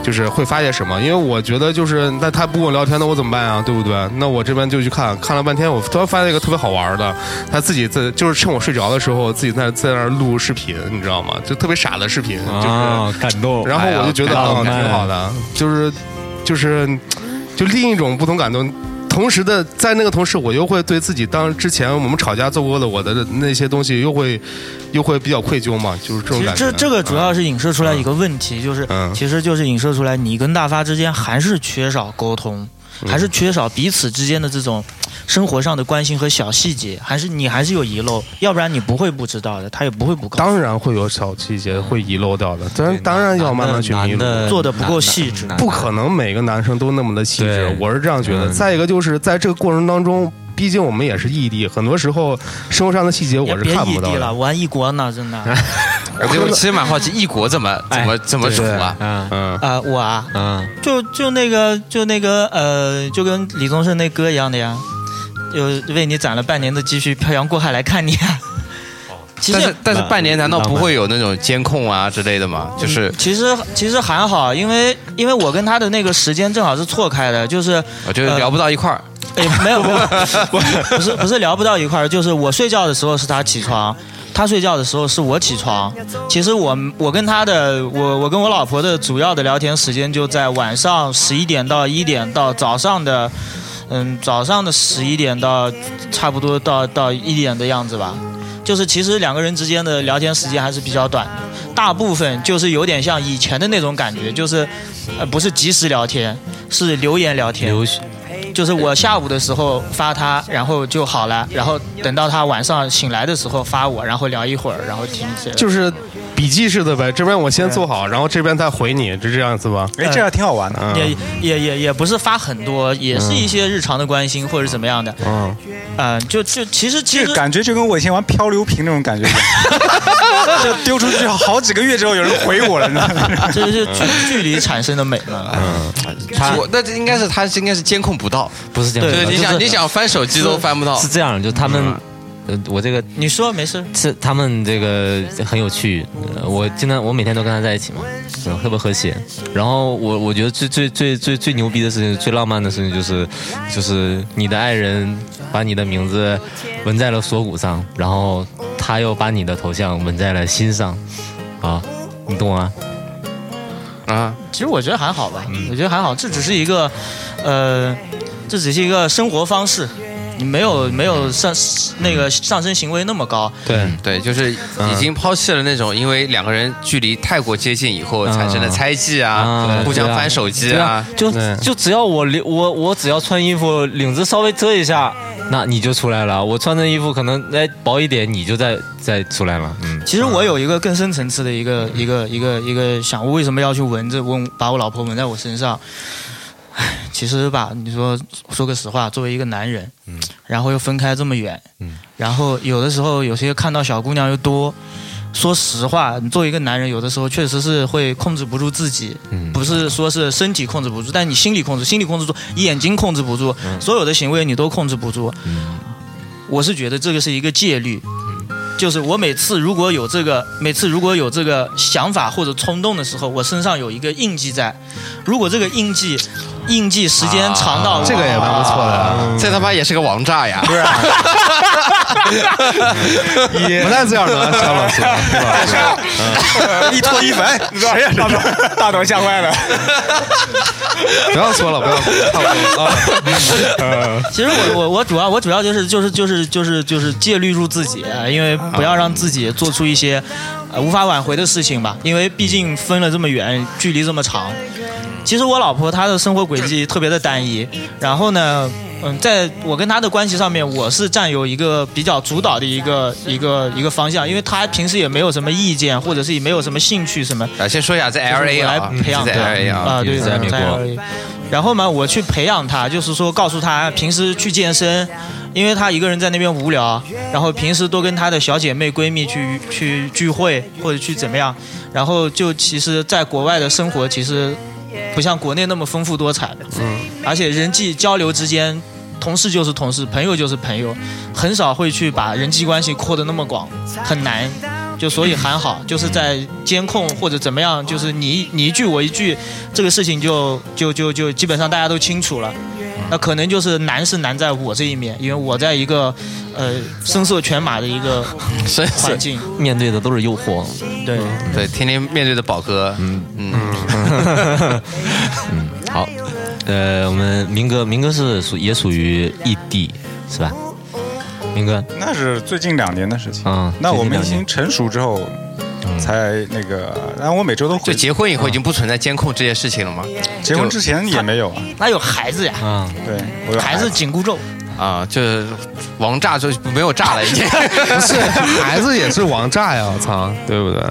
Speaker 5: 就是会发现什么。因为我觉得就是那他不跟我聊天，那我怎么办啊？对不对？那我这边就去看看了半天，我突然发现一个特别好玩的，他自己在就是趁我睡着的时候，自己在在那儿录视频，你知道吗？就特别傻的视频，就是。
Speaker 3: 啊，感动
Speaker 2: 哎
Speaker 5: 然后我就觉得啊、挺好
Speaker 3: 的。
Speaker 5: 的，就是就是就另一种不同感动。同时的，在那个同时，我又会对自己当之前我们吵架做过的我的那些东西，又会又会比较愧疚嘛，就是这种
Speaker 2: 其实
Speaker 5: 感觉。
Speaker 2: 这这个主要是影射出来一个问题，就是、
Speaker 5: 嗯
Speaker 2: 其实就是影射出来你跟大发之间还是缺少沟通，还是缺少彼此之间的这种生活上的关心和小细节，还是你还是有遗漏，要不然你不会不知道的，他也不会不告诉
Speaker 5: 当然会有小细节会遗漏掉的，当然当然要慢慢去弥补。
Speaker 2: 做得不够细致
Speaker 5: 不可能每个男生都那么的细致
Speaker 3: 对，
Speaker 5: 我是这样觉得。
Speaker 3: 嗯
Speaker 5: 再一个就是在这个过程当中，毕竟我们也是异地，很多时候生活上的细节
Speaker 2: 你。也
Speaker 5: 我是
Speaker 2: 别
Speaker 5: 看
Speaker 2: 异
Speaker 5: 不到
Speaker 2: 地
Speaker 5: 的
Speaker 2: 了，。我还异国呢，真 的。啊、
Speaker 1: 哎我就其实蛮好奇异国怎么
Speaker 3: 哎
Speaker 2: 哎
Speaker 1: 怎么怎么处啊？
Speaker 3: 嗯
Speaker 5: 嗯，
Speaker 2: 我啊，
Speaker 3: 嗯，
Speaker 2: 就就那个就那个呃，就跟李宗盛那歌一样的呀，就为你攒了半年的积蓄，漂洋过海来看你啊。
Speaker 5: 哦
Speaker 2: 其实
Speaker 1: 但
Speaker 2: 也
Speaker 1: 是但是半年难道不会有那种监控啊之类的吗？就是
Speaker 2: 嗯其实其实还好，因为因为我跟他的那个时间正好是错开的，就是
Speaker 1: 我觉得聊不到一块儿。
Speaker 2: 哎没有没有不是不是聊不到一块儿，就是我睡觉的时候是他起床。他睡觉的时候是我起床，其实我我跟他的我我跟我老婆的主要的聊天时间就在晚上十一点到一点到早上的，嗯早上的十一点到差不多到到一点的样子吧，就是其实两个人之间的聊天时间还是比较短的，大部分就是有点像以前的那种感觉，就是，呃，不是即时聊天，是留言聊天，
Speaker 3: 留学
Speaker 2: 就是我下午的时候发他，然后就好了，然后等到他晚上醒来的时候发我，然后聊一会儿，然后停止。
Speaker 5: 就是笔记式的呗，这边我先做好，然后这边再回你，是这样子吧？
Speaker 7: 哎，这样挺好玩的。
Speaker 5: 嗯
Speaker 2: 也也也也不是发很多，也是一些日常的关心或者怎么样的，
Speaker 5: 嗯，
Speaker 2: 嗯，就就其实其
Speaker 7: 这
Speaker 2: 实
Speaker 7: 个感觉就跟我以前玩漂流瓶那种感觉 一样，就丢出去好几个月之后有人回我了，你知道吗？
Speaker 2: 这就是距距离产生的美嘛。
Speaker 1: 我那应该是他应该是监控不到，
Speaker 3: 不是这样
Speaker 2: 对
Speaker 3: 的，
Speaker 1: 对，你想
Speaker 3: 就是
Speaker 1: 你想翻手机都翻不到
Speaker 3: 是。这样，就他们，
Speaker 5: 嗯
Speaker 3: 呃，我这个
Speaker 2: 你说没事，
Speaker 3: 是他们这个很有趣，呃我经常我每天都跟他在一起嘛，嗯，特别和谐。然后我我觉得最最最最最牛逼的事情，最浪漫的事情就是，就是你的爱人把你的名字纹在了锁骨上，然后他又把你的头像纹在了心上，啊，你懂吗？
Speaker 1: 啊，
Speaker 2: 其实我觉得还好吧，我觉得还好，这只是一个，呃，这只是一个生活方式，你没有没有上那个上升行为那么高，
Speaker 5: 对，
Speaker 1: 对，就是已经抛弃了那种因为两个人距离太过接近以后产生的猜忌啊，
Speaker 3: 嗯
Speaker 1: 互相翻手机啊，，
Speaker 3: 对嗯就
Speaker 5: 对
Speaker 3: 就只要我领我我只要穿衣服领子稍微遮一下，那你就出来了。我穿的衣服可能哎薄一点，你就再再出来了。嗯，
Speaker 2: 其实我有一个更深层次的一个一个一个一个想，我为什么要去纹这纹把我老婆纹在我身上？唉，其实吧，你说说个实话，作为一个男人，然后又分开这么远，
Speaker 5: 嗯
Speaker 2: 然后有的时候有些看到小姑娘又多。说实话，你作为一个男人，有的时候确实是会控制不住自己，
Speaker 5: 嗯
Speaker 2: 不是说是身体控制不住，但你心理控制，心理控制住，
Speaker 5: 嗯
Speaker 2: 眼睛控制不住，所有的行为你都控制不住。
Speaker 5: 嗯
Speaker 2: 我是觉得这个是一个戒律，就是我每次如果有这个，每次如果有这个想法或者冲动的时候，我身上有一个印记在。如果这个印记，印记时间长到、
Speaker 5: 啊这个也蛮不错 的，啊
Speaker 1: 啊这他妈也是个王炸呀！不是，
Speaker 5: 不太这样的，肖老师，是吧？
Speaker 7: 一脱衣服，哎，谁呀？大头， 大头吓坏了。
Speaker 5: 不要说了，不要说了差不多了啊。
Speaker 2: 其实我我我主要我主要就是就是就是就是就是戒律住自己，啊因为不要让自己做出一些呃无法挽回的事情吧，因为毕竟分了这么远，距离这么长。其实我老婆她的生活轨迹特别的单一，然后呢，嗯，在我跟她的关系上面，我是占有一个比较主导的一个一个一个方向，因为她平时也没有什么意见，或者是也没有什么兴趣什么，
Speaker 1: 啊，先说一下，在
Speaker 2: 就是
Speaker 1: L A
Speaker 2: 我来
Speaker 1: 啊，
Speaker 2: 培养
Speaker 1: 是在 L A
Speaker 2: 他
Speaker 1: 啊，
Speaker 2: 啊，对，
Speaker 3: 也是在美国
Speaker 2: LA 然后嘛，我去培养他，就是说告诉他平时去健身，因为他一个人在那边无聊，然后平时多跟他的小姐妹闺蜜去去聚会或者去怎么样，然后就其实在国外的生活其实不像国内那么丰富多彩的，嗯，而且人际交流之间。同事就是同事，朋友就是朋友，很少会去把人际关系扩得那么广，很难。就所以还好，就是在监控或者怎么样，就是你一你一句我一句，这个事情就就就就基本上大家都清楚了。那可能就是难是难在我这一面，因为我在一个呃声色犬马的一个
Speaker 1: 是嗯
Speaker 2: 环境，
Speaker 3: 面对的都是诱惑。
Speaker 2: 对，
Speaker 1: 对，天天面对的宝哥，嗯嗯，
Speaker 3: 好，呃，我们明哥，明哥是属也属于异地是吧？明哥，
Speaker 7: 那是最近两年的事情。
Speaker 3: 嗯
Speaker 7: 那我们已
Speaker 3: 最近两
Speaker 7: 经
Speaker 3: 年嗯
Speaker 7: 成熟之后，才那个。然后我每周都
Speaker 1: 就
Speaker 7: 会，
Speaker 1: 结婚以后已经不存在监控这件事情了吗？
Speaker 7: 结婚之前也没有啊。
Speaker 2: 那有孩子呀，
Speaker 3: 嗯，
Speaker 7: 对，我有
Speaker 2: 孩子紧箍咒，
Speaker 1: 啊，就是王炸就没有炸了，已经。
Speaker 5: 不是，孩子也是王炸呀，我操，对不对？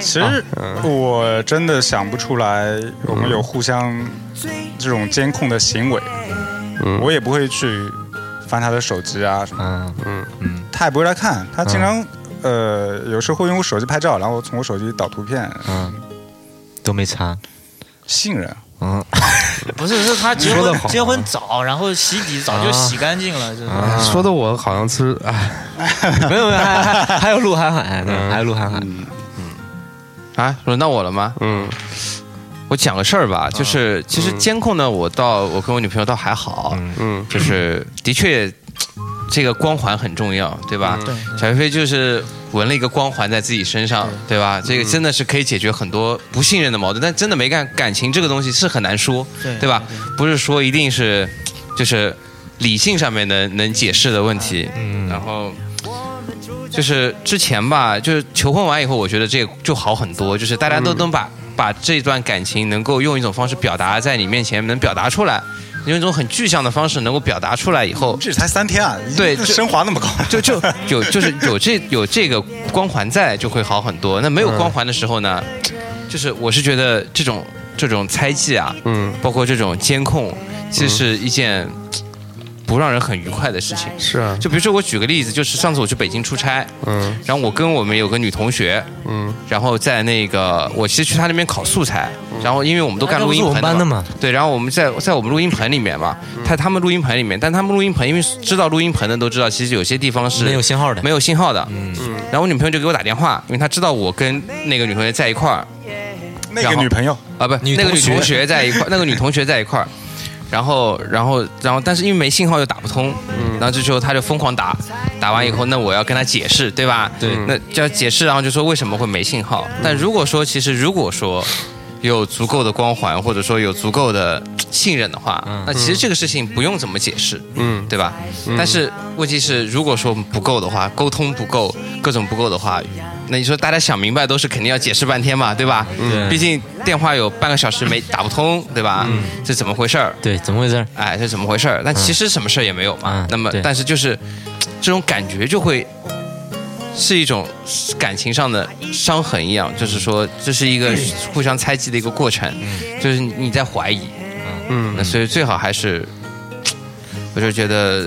Speaker 7: 其
Speaker 3: 啊
Speaker 7: 实我真的想不出来，
Speaker 3: 嗯
Speaker 7: 我们有互相这种监控的行为，我也不会去翻他的手机啊什么，
Speaker 3: 嗯
Speaker 7: 他也不会来看，他经常呃有时候会用我手机拍照，然后从我手机导图片，
Speaker 3: 都没差。
Speaker 7: 信任。
Speaker 2: 不是是他结
Speaker 5: 你说得
Speaker 2: 婚
Speaker 5: 好
Speaker 2: 结婚早，然后洗底早就洗干净了，就是。
Speaker 5: 说的我好像是，哎，
Speaker 3: 没有没有，还还还有鹿晗晗，对
Speaker 5: 嗯
Speaker 3: 还有鹿晗晗，
Speaker 1: 啊，轮到我了吗？
Speaker 5: 嗯
Speaker 1: 我讲个事儿吧，就是其实监控呢，我倒我跟我女朋友倒还好，
Speaker 5: 嗯
Speaker 1: 就是的确这个光环很重要，对吧？
Speaker 2: 对，
Speaker 1: 小飞飞就是纹了一个光环在自己身上，对吧？这个真的是可以解决很多不信任的矛盾，但真的没感感情这个东西是很难说，
Speaker 2: 对
Speaker 1: 对吧？不是说一定是就是理性上面能能解释的问题，嗯，然后。就是之前吧，就是求婚完以后，我觉得这个就好很多，就是大家都能把、把这段感情能够用一种方式表达在你面前，能表达出来，用一种很具象的方式能够表达出来以后，
Speaker 7: 这才三天啊，
Speaker 1: 对
Speaker 7: 这
Speaker 1: 就
Speaker 7: 升华那么高，
Speaker 1: 就就有就是有这有这个光环在，就会好很多。那没有光环的时候呢，就是我是觉得这种这种猜忌啊，
Speaker 5: 嗯，
Speaker 1: 包括这种监控，其实是一件不让人很愉快的事情。
Speaker 5: 是啊，
Speaker 1: 就比如说我举个例子，就是上次我去北京出差，
Speaker 5: 嗯
Speaker 1: 然后我跟我们有个女同学，
Speaker 5: 嗯
Speaker 1: 然后在那个我其实去她那边考素材，然后因为我们都干录音
Speaker 3: 嗯那不是我嗯
Speaker 1: 棚
Speaker 3: 们班的
Speaker 1: 嘛
Speaker 3: 嘛，
Speaker 1: 对，然后我们在在我们录音棚里面嘛，在他们录音棚里面，但他们录音棚因为知道录音棚的都知道，其实有些地方是
Speaker 3: 没有信号的
Speaker 1: 没有信号的。嗯，然后我女朋友就给我打电话，因为她知道我跟那个女同学在一块儿，
Speaker 7: 那
Speaker 1: 然
Speaker 7: 个
Speaker 1: 后
Speaker 7: 女朋友
Speaker 1: 啊，不，
Speaker 3: 女
Speaker 1: 那个
Speaker 3: 同
Speaker 1: 女
Speaker 3: 学
Speaker 1: 同学在一块儿，那个女同学在一块儿。 然后，然后，然后，但是因为没信号又打不通，
Speaker 3: 嗯
Speaker 1: 然后这时候他就疯狂打，打完以后，那我要跟他解释，对吧？
Speaker 3: 对嗯
Speaker 1: 那就要解释，然后就说为什么会没信号。但如果说其实如果说有足够的光环，或者说有足够的信任的话，
Speaker 3: 嗯
Speaker 1: 那其实这个事情不用怎么解释，
Speaker 5: 嗯
Speaker 1: 对吧？但是问题是，如果说不够的话，沟通不够，各种不够的话，那你说大家想明白都是肯定要解释半天嘛，对吧？
Speaker 3: 对
Speaker 1: 毕竟电话有半个小时没打不通，对吧？
Speaker 3: 嗯
Speaker 1: 这怎么回事儿？
Speaker 3: 对，怎么回事？
Speaker 1: 哎，这怎么回事儿？但其实什么事儿也没有嘛。
Speaker 3: 嗯
Speaker 1: 那么
Speaker 3: 对，
Speaker 1: 但是就是嘖这种感觉就会是一种感情上的伤痕一样，就是说这是一个
Speaker 3: 嗯
Speaker 1: 互相猜忌的一个过程，就是你在怀疑。那
Speaker 5: 嗯，
Speaker 1: 所以最好还是，我就觉得，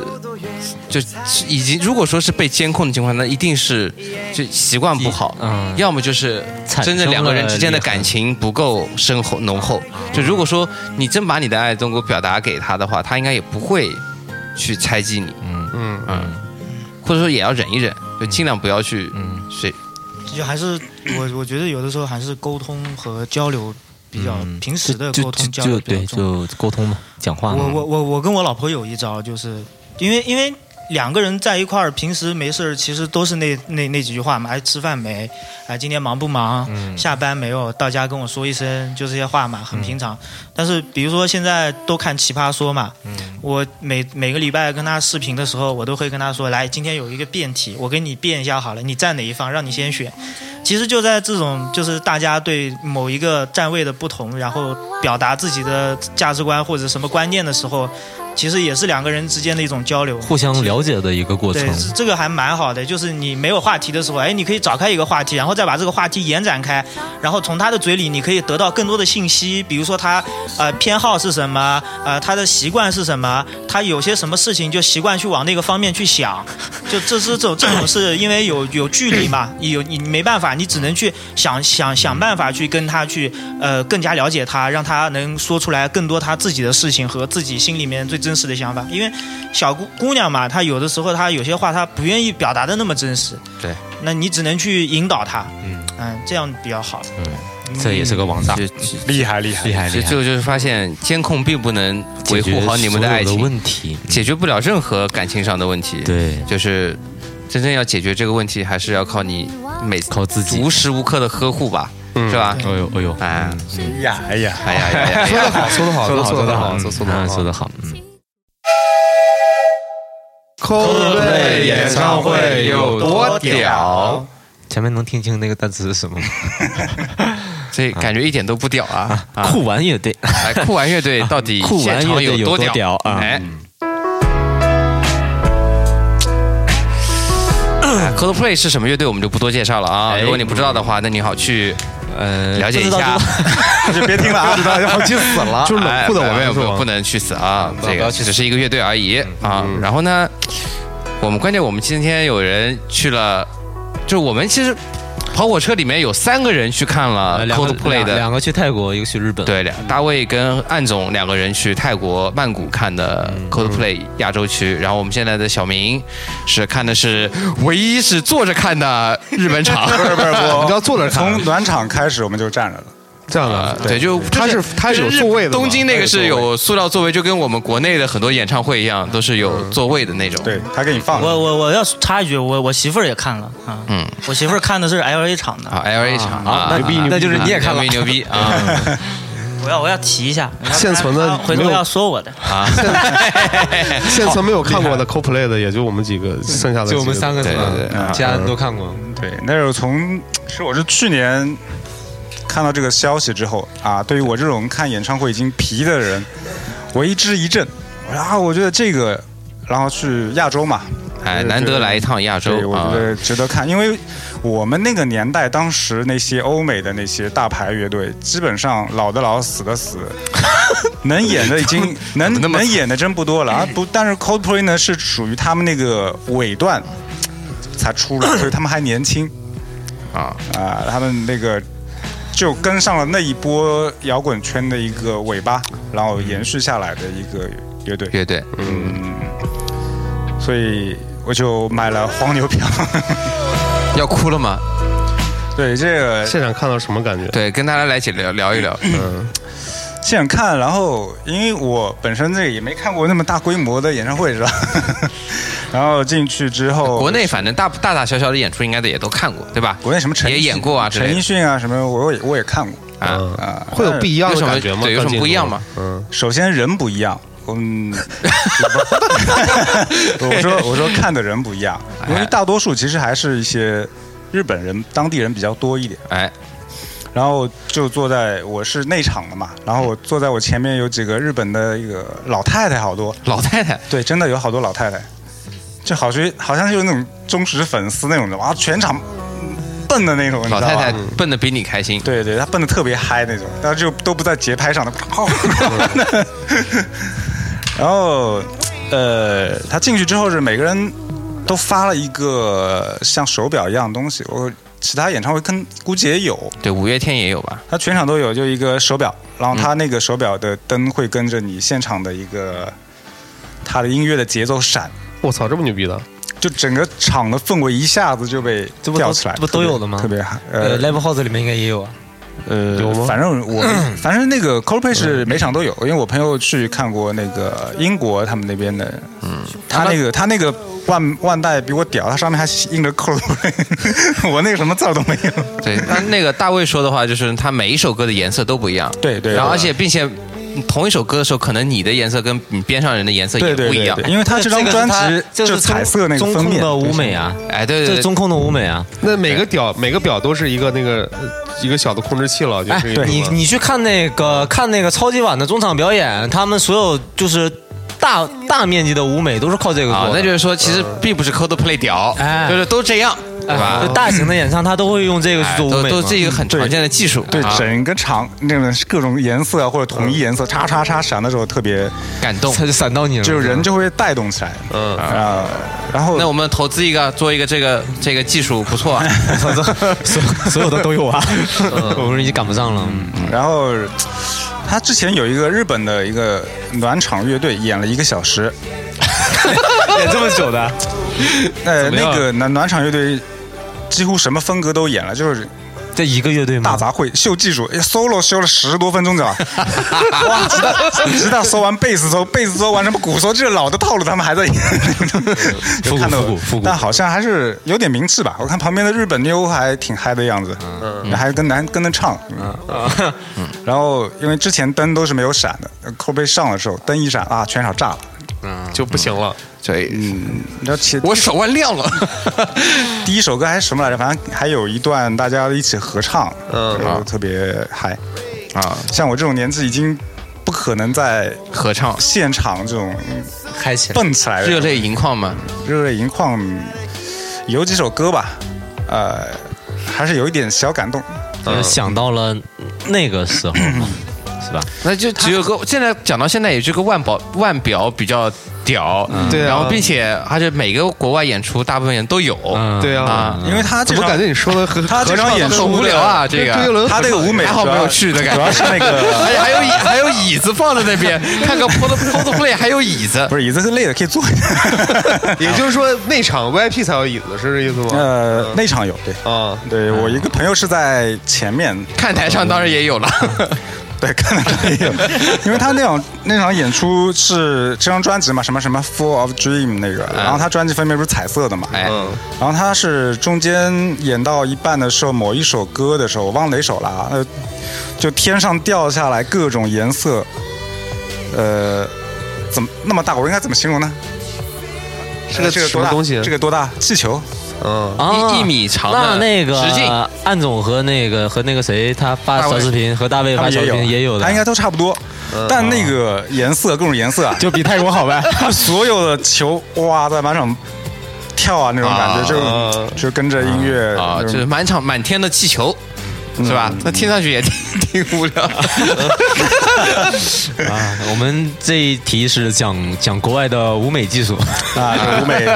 Speaker 1: 就是已经如果说是被监控的情况，那一定是就习惯不好，
Speaker 3: 嗯
Speaker 1: 要么就是
Speaker 3: 产
Speaker 1: 真
Speaker 3: 生
Speaker 1: 正两个人之间的
Speaker 3: 了裂痕啊
Speaker 1: 感情不够深厚浓厚。就如果说你真把你的爱都给我表达给他的话，他应该也不会去猜忌你，
Speaker 3: 嗯
Speaker 5: 嗯
Speaker 1: 嗯，或者说也要忍一忍，就尽量不要去
Speaker 3: 嗯，
Speaker 1: 谁
Speaker 2: 就还是我我觉得有的时候还是沟通和交流比较
Speaker 3: 嗯
Speaker 2: 平时的
Speaker 3: 就
Speaker 2: 沟
Speaker 3: 就
Speaker 2: 通交流
Speaker 3: 就
Speaker 2: 比较
Speaker 3: 对，
Speaker 2: 重要。
Speaker 3: 啊就沟通嘛，讲话嘛。
Speaker 2: 我我我我跟我老婆有一招，就是因为因为两个人在一块儿，平时没事儿，其实都是那那那几句话嘛，哎，吃饭没？哎，今天忙不忙？下班没有？到家跟我说一声，就这些话嘛，很平常。但是比如说现在都看《奇葩说》嘛，
Speaker 3: 嗯
Speaker 2: 我每每个礼拜跟他视频的时候，我都会跟他说，来，今天有一个辩题，我给你辩一下好了，你站哪一方，让你先选。其实就在这种，就是大家对某一个站位的不同，然后表达自己的价值观或者什么观念的时候，其实也是两个人之间的一种交流，
Speaker 3: 互相了解的一个过程
Speaker 2: 对，。这这个还蛮好的，就是你没有话题的时候，哎，你可以找开一个话题，然后再把这个话题延展开，然后从他的嘴里你可以得到更多的信息，比如说他呃偏好是什么，呃他的习惯是什么，他有些什么事情就习惯去往那个方面去想，就这是这种这种是因为有有距离嘛，有你你没办法，你只能去想想想办法去跟他去呃更加了解他，让他能说出来更多他自己的事情和自己心里面最真实的想法，因为小姑姑娘嘛，她有的时候她有些话她不愿意表达的那么真实，
Speaker 1: 对，
Speaker 2: 那你只能去引导她，
Speaker 1: 嗯
Speaker 2: 这样比较好。
Speaker 1: 这也是个王炸。
Speaker 7: 厉害厉害
Speaker 3: 厉害
Speaker 1: 所
Speaker 3: 厉
Speaker 1: 以最
Speaker 3: 害！
Speaker 1: 后就是发现，监控并不能维护好你们的爱
Speaker 3: 解决所有
Speaker 1: 情，
Speaker 3: 问题，
Speaker 1: 解决不了任何感情上的问题。，
Speaker 3: 对，
Speaker 1: 就是真正要解决这个问题，还是要靠你每次
Speaker 3: 靠自己
Speaker 1: 无。时无刻的呵护吧，是吧？
Speaker 3: 哎呦哎呦，
Speaker 1: 哎，
Speaker 7: 哎呀哎呀，
Speaker 1: 哎呀哎呀哎呀！
Speaker 5: 说得好，说得好，
Speaker 3: 说得好
Speaker 5: 说得
Speaker 3: 好，
Speaker 5: 好，说得好，
Speaker 3: 说
Speaker 5: 得
Speaker 3: 得好，嗯，
Speaker 5: Coldplay 演唱会有多屌？
Speaker 3: 前面能听清那个单词是什么吗？
Speaker 1: 这感觉一点都不屌啊！啊，
Speaker 3: 酷玩乐队，
Speaker 1: 哎酷玩乐 队到底
Speaker 3: 酷
Speaker 1: 现
Speaker 3: 玩乐
Speaker 1: 场
Speaker 3: 队有
Speaker 1: 多
Speaker 3: 多屌啊
Speaker 1: 哎。哎 Coldplay 是什么乐队，我们就不多介绍了啊。
Speaker 3: 哎
Speaker 1: 如果你不知道的话，那你好去
Speaker 3: 呃，
Speaker 1: 了解一下。
Speaker 7: 那 就别听了啊！
Speaker 5: 大家好，气死了，就是冷酷的
Speaker 1: 哎没有
Speaker 5: 我
Speaker 1: 没有，
Speaker 5: 们
Speaker 1: 不能去死啊！这
Speaker 3: 不要不
Speaker 1: 个
Speaker 3: 要去
Speaker 1: 只
Speaker 3: 死嗯
Speaker 1: 是一个乐队而已啊。然后呢，我们关键我们今天有人去了，就是我们其实跑火车里面有三个人去看了
Speaker 3: 呃两个
Speaker 1: 啊 Coldplay
Speaker 3: 两
Speaker 1: 的
Speaker 3: 两个去泰国，一个去日本，，
Speaker 1: 对，两大卫跟暗总两个人去泰国曼谷看的
Speaker 3: 嗯
Speaker 1: Coldplay 亚洲区，然后我们现在的小明是看的是唯一是坐着看的日本场，
Speaker 7: 不是不是，
Speaker 5: 我
Speaker 7: 我
Speaker 5: 们要坐着看
Speaker 7: 从，暖场开始我们就站着了。
Speaker 5: 这样
Speaker 1: 呃
Speaker 5: 的，
Speaker 1: 对，就
Speaker 5: 它是它是有座位的嘛
Speaker 1: 东京那个是
Speaker 5: 它有座
Speaker 1: 有塑料座位，就跟我们国内的很多演唱会一样，都是有座位的那种。
Speaker 7: 对他给你放
Speaker 2: 我
Speaker 7: 了，
Speaker 2: 我我要插一句，我我媳妇儿也看了啊，
Speaker 1: 嗯，
Speaker 2: 我媳妇儿看的是 L A 场的，
Speaker 1: 啊，L A 场啊，
Speaker 3: 那
Speaker 1: 啊
Speaker 3: 那就是你也看了
Speaker 1: 牛逼牛逼 啊
Speaker 2: 我要我要提一下，
Speaker 5: 啊现存的
Speaker 2: 她回
Speaker 5: 没
Speaker 2: 头
Speaker 5: 有
Speaker 2: 要说我的，
Speaker 1: 啊！
Speaker 5: 现场没有看过的 Coldplay 的，也就我们几个，剩下的
Speaker 3: 就我们三
Speaker 5: 个，
Speaker 3: 个，
Speaker 1: 对对
Speaker 3: 嗯其他人都看过，
Speaker 7: 对，那时候从是我是去年看到这个消息之后啊，对于我这种看演唱会已经皮的人，为之一振。我说啊，我觉得这个，然后去亚洲嘛，
Speaker 1: 哎，难得来一趟亚
Speaker 7: 对，
Speaker 1: 洲
Speaker 7: 我
Speaker 1: 啊
Speaker 7: 觉，得值得看，因为我们那个年代，当时那些欧美的那些大牌乐队，基本上老的老，死的 死，能演的已经能
Speaker 1: 那么
Speaker 7: 能演的真不多了啊！不，但是 Coldplay 呢是属于他们那个尾段才出来，所以他们还年轻
Speaker 1: 啊
Speaker 7: 啊，他们那个。就跟上了那一波摇滚圈的一个尾巴，然后延续下来的一个乐队，
Speaker 1: 乐队
Speaker 7: 所以我就买了黄牛票。
Speaker 1: 要哭了吗？
Speaker 7: 对这个
Speaker 5: 现场看到什么感觉？
Speaker 1: 对，跟大家来一起聊聊一聊。
Speaker 7: 现场看，然后因为我本身这也没看过那么大规模的演唱 会，是吧？然后进去之后，
Speaker 1: 国内反正大大大小小的演出应该的也都看过，对吧？
Speaker 7: 国内什么陈
Speaker 1: 也演过啊之类
Speaker 7: 陈奕
Speaker 1: 的
Speaker 7: 迅啊什么，我也我也看过。
Speaker 1: 啊。
Speaker 5: 嗯，会有不一样
Speaker 1: 有
Speaker 5: 的
Speaker 1: 什么
Speaker 5: 感觉吗？
Speaker 1: 对有什么不一样吗？
Speaker 5: 嗯，
Speaker 7: 首先人不一样， 嗯，我说我说看的人不一样，
Speaker 1: 哎
Speaker 7: 因为大多数其实还是一些日本人、当地人比较多一点。
Speaker 1: 哎，
Speaker 7: 然后就坐在我是内场的嘛，然后我坐在我前面有几个日本的一个老太太，好多，
Speaker 1: 老太太
Speaker 7: 对，真的有好多老太太，就好像好像就是那种忠实粉丝那种的，哇，全场蹦的那种，你知道
Speaker 1: 老
Speaker 7: 吧
Speaker 1: 太太蹦的比你开心，
Speaker 7: 对对，她蹦的特别嗨那种，但是就都不在节拍上的。 然后，呃，他进去之后是每个人都发了一个像手表一样的东西，我其他演唱会跟估计也有，
Speaker 1: 对，五月天也有吧？
Speaker 7: 它全场都有，就一个手表，然后它那个手表的灯会跟着你现场的一个它的音乐的节奏闪，
Speaker 5: 我操，这么牛逼的，
Speaker 7: 就整个场的氛围一下子就被
Speaker 3: 这不都
Speaker 7: 吊起来，
Speaker 3: 这不都有的吗
Speaker 7: 特别特别嗨，
Speaker 3: 呃
Speaker 7: 呃，
Speaker 3: ，Live House 里面应该也有啊，
Speaker 7: 呃
Speaker 5: 有吗，
Speaker 7: 反正我反正那个 Coldplay 是每场都有，因为我朋友去看过那个英国他们那边的，他那个他那个腕腕带比我屌，他上面还印着 Coldplay，我那个什么字儿都没有。
Speaker 1: 对，那那个大卫说的话就是，他每一首歌的颜色都不一样。
Speaker 7: 对对
Speaker 1: 然后
Speaker 7: 对
Speaker 1: 而且并且同一首歌的时候，可能你的颜色跟你边上人的颜色也
Speaker 7: 对对
Speaker 1: 不一
Speaker 7: 对
Speaker 1: 样。
Speaker 7: 对，因为他这张专辑
Speaker 3: 这
Speaker 7: 就是彩色那个
Speaker 3: 中
Speaker 7: 封
Speaker 3: 控
Speaker 7: 面
Speaker 3: 的舞美啊，
Speaker 1: 哎，对对
Speaker 3: 这是
Speaker 1: 对，
Speaker 3: 中控的舞美啊。
Speaker 5: 那每个表每个表都是一个那个呃一个小的控制器了，就
Speaker 3: 哎
Speaker 5: 是一，个
Speaker 3: 你你去看那个看那个超级碗的中场表演，他们所有就是大大面积的舞美都是靠这个
Speaker 1: 啊
Speaker 3: 做，的。
Speaker 1: 那就是说其实并不是 Coldplay 屌，
Speaker 3: 哎
Speaker 1: 就是都这样，对
Speaker 3: 哎
Speaker 1: 吧？
Speaker 5: 哦
Speaker 3: 就大型的演唱，他都会用这个去
Speaker 1: 哎
Speaker 3: 做舞
Speaker 1: 都
Speaker 3: 美
Speaker 1: 都
Speaker 3: 嘛
Speaker 1: 是一个很常见的技术，
Speaker 7: 对
Speaker 1: 啊
Speaker 7: 整个场那种各种颜色啊或者统一颜色，叉叉叉闪的时候特别，
Speaker 1: 感动。
Speaker 3: 他就闪到你了，
Speaker 7: 就人就会带动起来。嗯啊，然后
Speaker 1: 那我们投资一个，做一个这个这个技术不错啊，
Speaker 3: 所 所有的都有啊，我们已经赶不上了。嗯
Speaker 7: 然后他之前有一个日本的一个暖场乐队演了一个小时，
Speaker 3: 演这么久的，
Speaker 7: 呃，
Speaker 3: 怎么样
Speaker 7: 那个暖暖场乐队几乎什么风格都演了，就是
Speaker 3: 这一个乐队吗
Speaker 7: 大？杂烩，秀技术哎，solo 修了十多分 钟咋？哇，直到直到搜完贝斯搜，贝斯搜完什么鼓搜，这老的套路他们还在演。
Speaker 3: 复古
Speaker 7: 看到我
Speaker 3: 复古复古
Speaker 7: 但好像还是有点名气吧。我看旁边的日本妞还挺嗨的样子，
Speaker 3: 嗯
Speaker 7: 嗯还跟男跟着唱。嗯然后因为之前灯都是没有闪的，后背上的时候灯一闪啊，全场炸了。
Speaker 5: 就不行了。
Speaker 1: 这
Speaker 7: 嗯，你知道其
Speaker 1: 我手腕亮了。
Speaker 7: 第一首歌还是什么来着？反正还有一段大家一起合唱，
Speaker 5: 嗯
Speaker 7: 嗯，特别嗨。
Speaker 1: 啊，
Speaker 7: 像我这种年纪已经不可能在
Speaker 1: 合唱
Speaker 7: 现场这种
Speaker 3: 开起来，
Speaker 7: 蹦起来的
Speaker 1: 热泪盈眶嘛，
Speaker 7: 热泪盈眶，有几首歌吧，呃，还是有一点小感动。
Speaker 3: 就是想到了那个时候嘛，是吧？
Speaker 1: 那就只有个现在讲到现在，也就个腕表腕表比较屌，嗯
Speaker 5: 对啊
Speaker 1: 然后并且而且每个国外演出大部分人都有，
Speaker 3: 嗯，
Speaker 5: 对啊，
Speaker 1: 啊，
Speaker 7: 因为他
Speaker 5: 怎
Speaker 7: 这
Speaker 5: 么
Speaker 7: 场
Speaker 5: 感觉你说的和
Speaker 7: 他这场演
Speaker 1: 很
Speaker 7: 出
Speaker 1: 无聊啊，这
Speaker 5: 周
Speaker 1: 个。
Speaker 5: 杰伦
Speaker 7: 他这个舞美
Speaker 1: 还好没有去的感觉哎
Speaker 7: 主要是那个
Speaker 1: 而且还有椅，还有椅子放在那边，看个 pose pose play，还有椅子
Speaker 7: 不。是椅子是累的可以坐一 下。
Speaker 5: 也就是说那场 VIP 才有椅子，是这意思吗？
Speaker 7: 呃，那场有对。
Speaker 2: 嗯
Speaker 5: 啊，
Speaker 7: 对
Speaker 1: 嗯
Speaker 7: 我一个朋友是在前面，
Speaker 1: 看台上当然也有了，
Speaker 7: 对，看到没 有？因为他那场那场演出是这张专辑嘛，什么什么《Full of Dream》那个，然后他专辑封面不是彩色的嘛，
Speaker 1: 嗯
Speaker 5: 啊
Speaker 1: 哎，
Speaker 5: 嗯
Speaker 7: 然后他是中间演到一半的时候，某一首歌的时候，我忘了哪首了啊，呃，就天上掉下来各种颜色，呃，怎么那么大？我应该怎么形容呢？呃
Speaker 5: 是个
Speaker 7: 这个
Speaker 5: 什
Speaker 7: 多
Speaker 5: 么
Speaker 7: 大？
Speaker 5: 东西？
Speaker 7: 这个多大？气球？
Speaker 5: 嗯，
Speaker 3: 啊
Speaker 1: 一一米长
Speaker 3: 那
Speaker 1: 的
Speaker 3: 那个
Speaker 1: 直径，
Speaker 3: 安总和那个和那个谁他发
Speaker 7: 大卫
Speaker 3: 小视频，和大卫发
Speaker 7: 他们
Speaker 3: 小
Speaker 7: 也
Speaker 3: 视
Speaker 7: 有，
Speaker 3: 频也有的，
Speaker 7: 他应该都差不多。但那个颜色，各种颜色啊，
Speaker 3: 就比泰国好呗。
Speaker 7: 他所有的球哇在满场跳啊那种感觉，
Speaker 5: 啊
Speaker 7: 就呃就跟着音乐
Speaker 1: 啊，
Speaker 7: 那
Speaker 1: 就
Speaker 7: 种
Speaker 1: 是满场满天的气球，是吧？那听上去也挺挺无聊。
Speaker 3: 啊，我们这一题是讲讲国外的舞美技术，
Speaker 7: 啊，这个舞美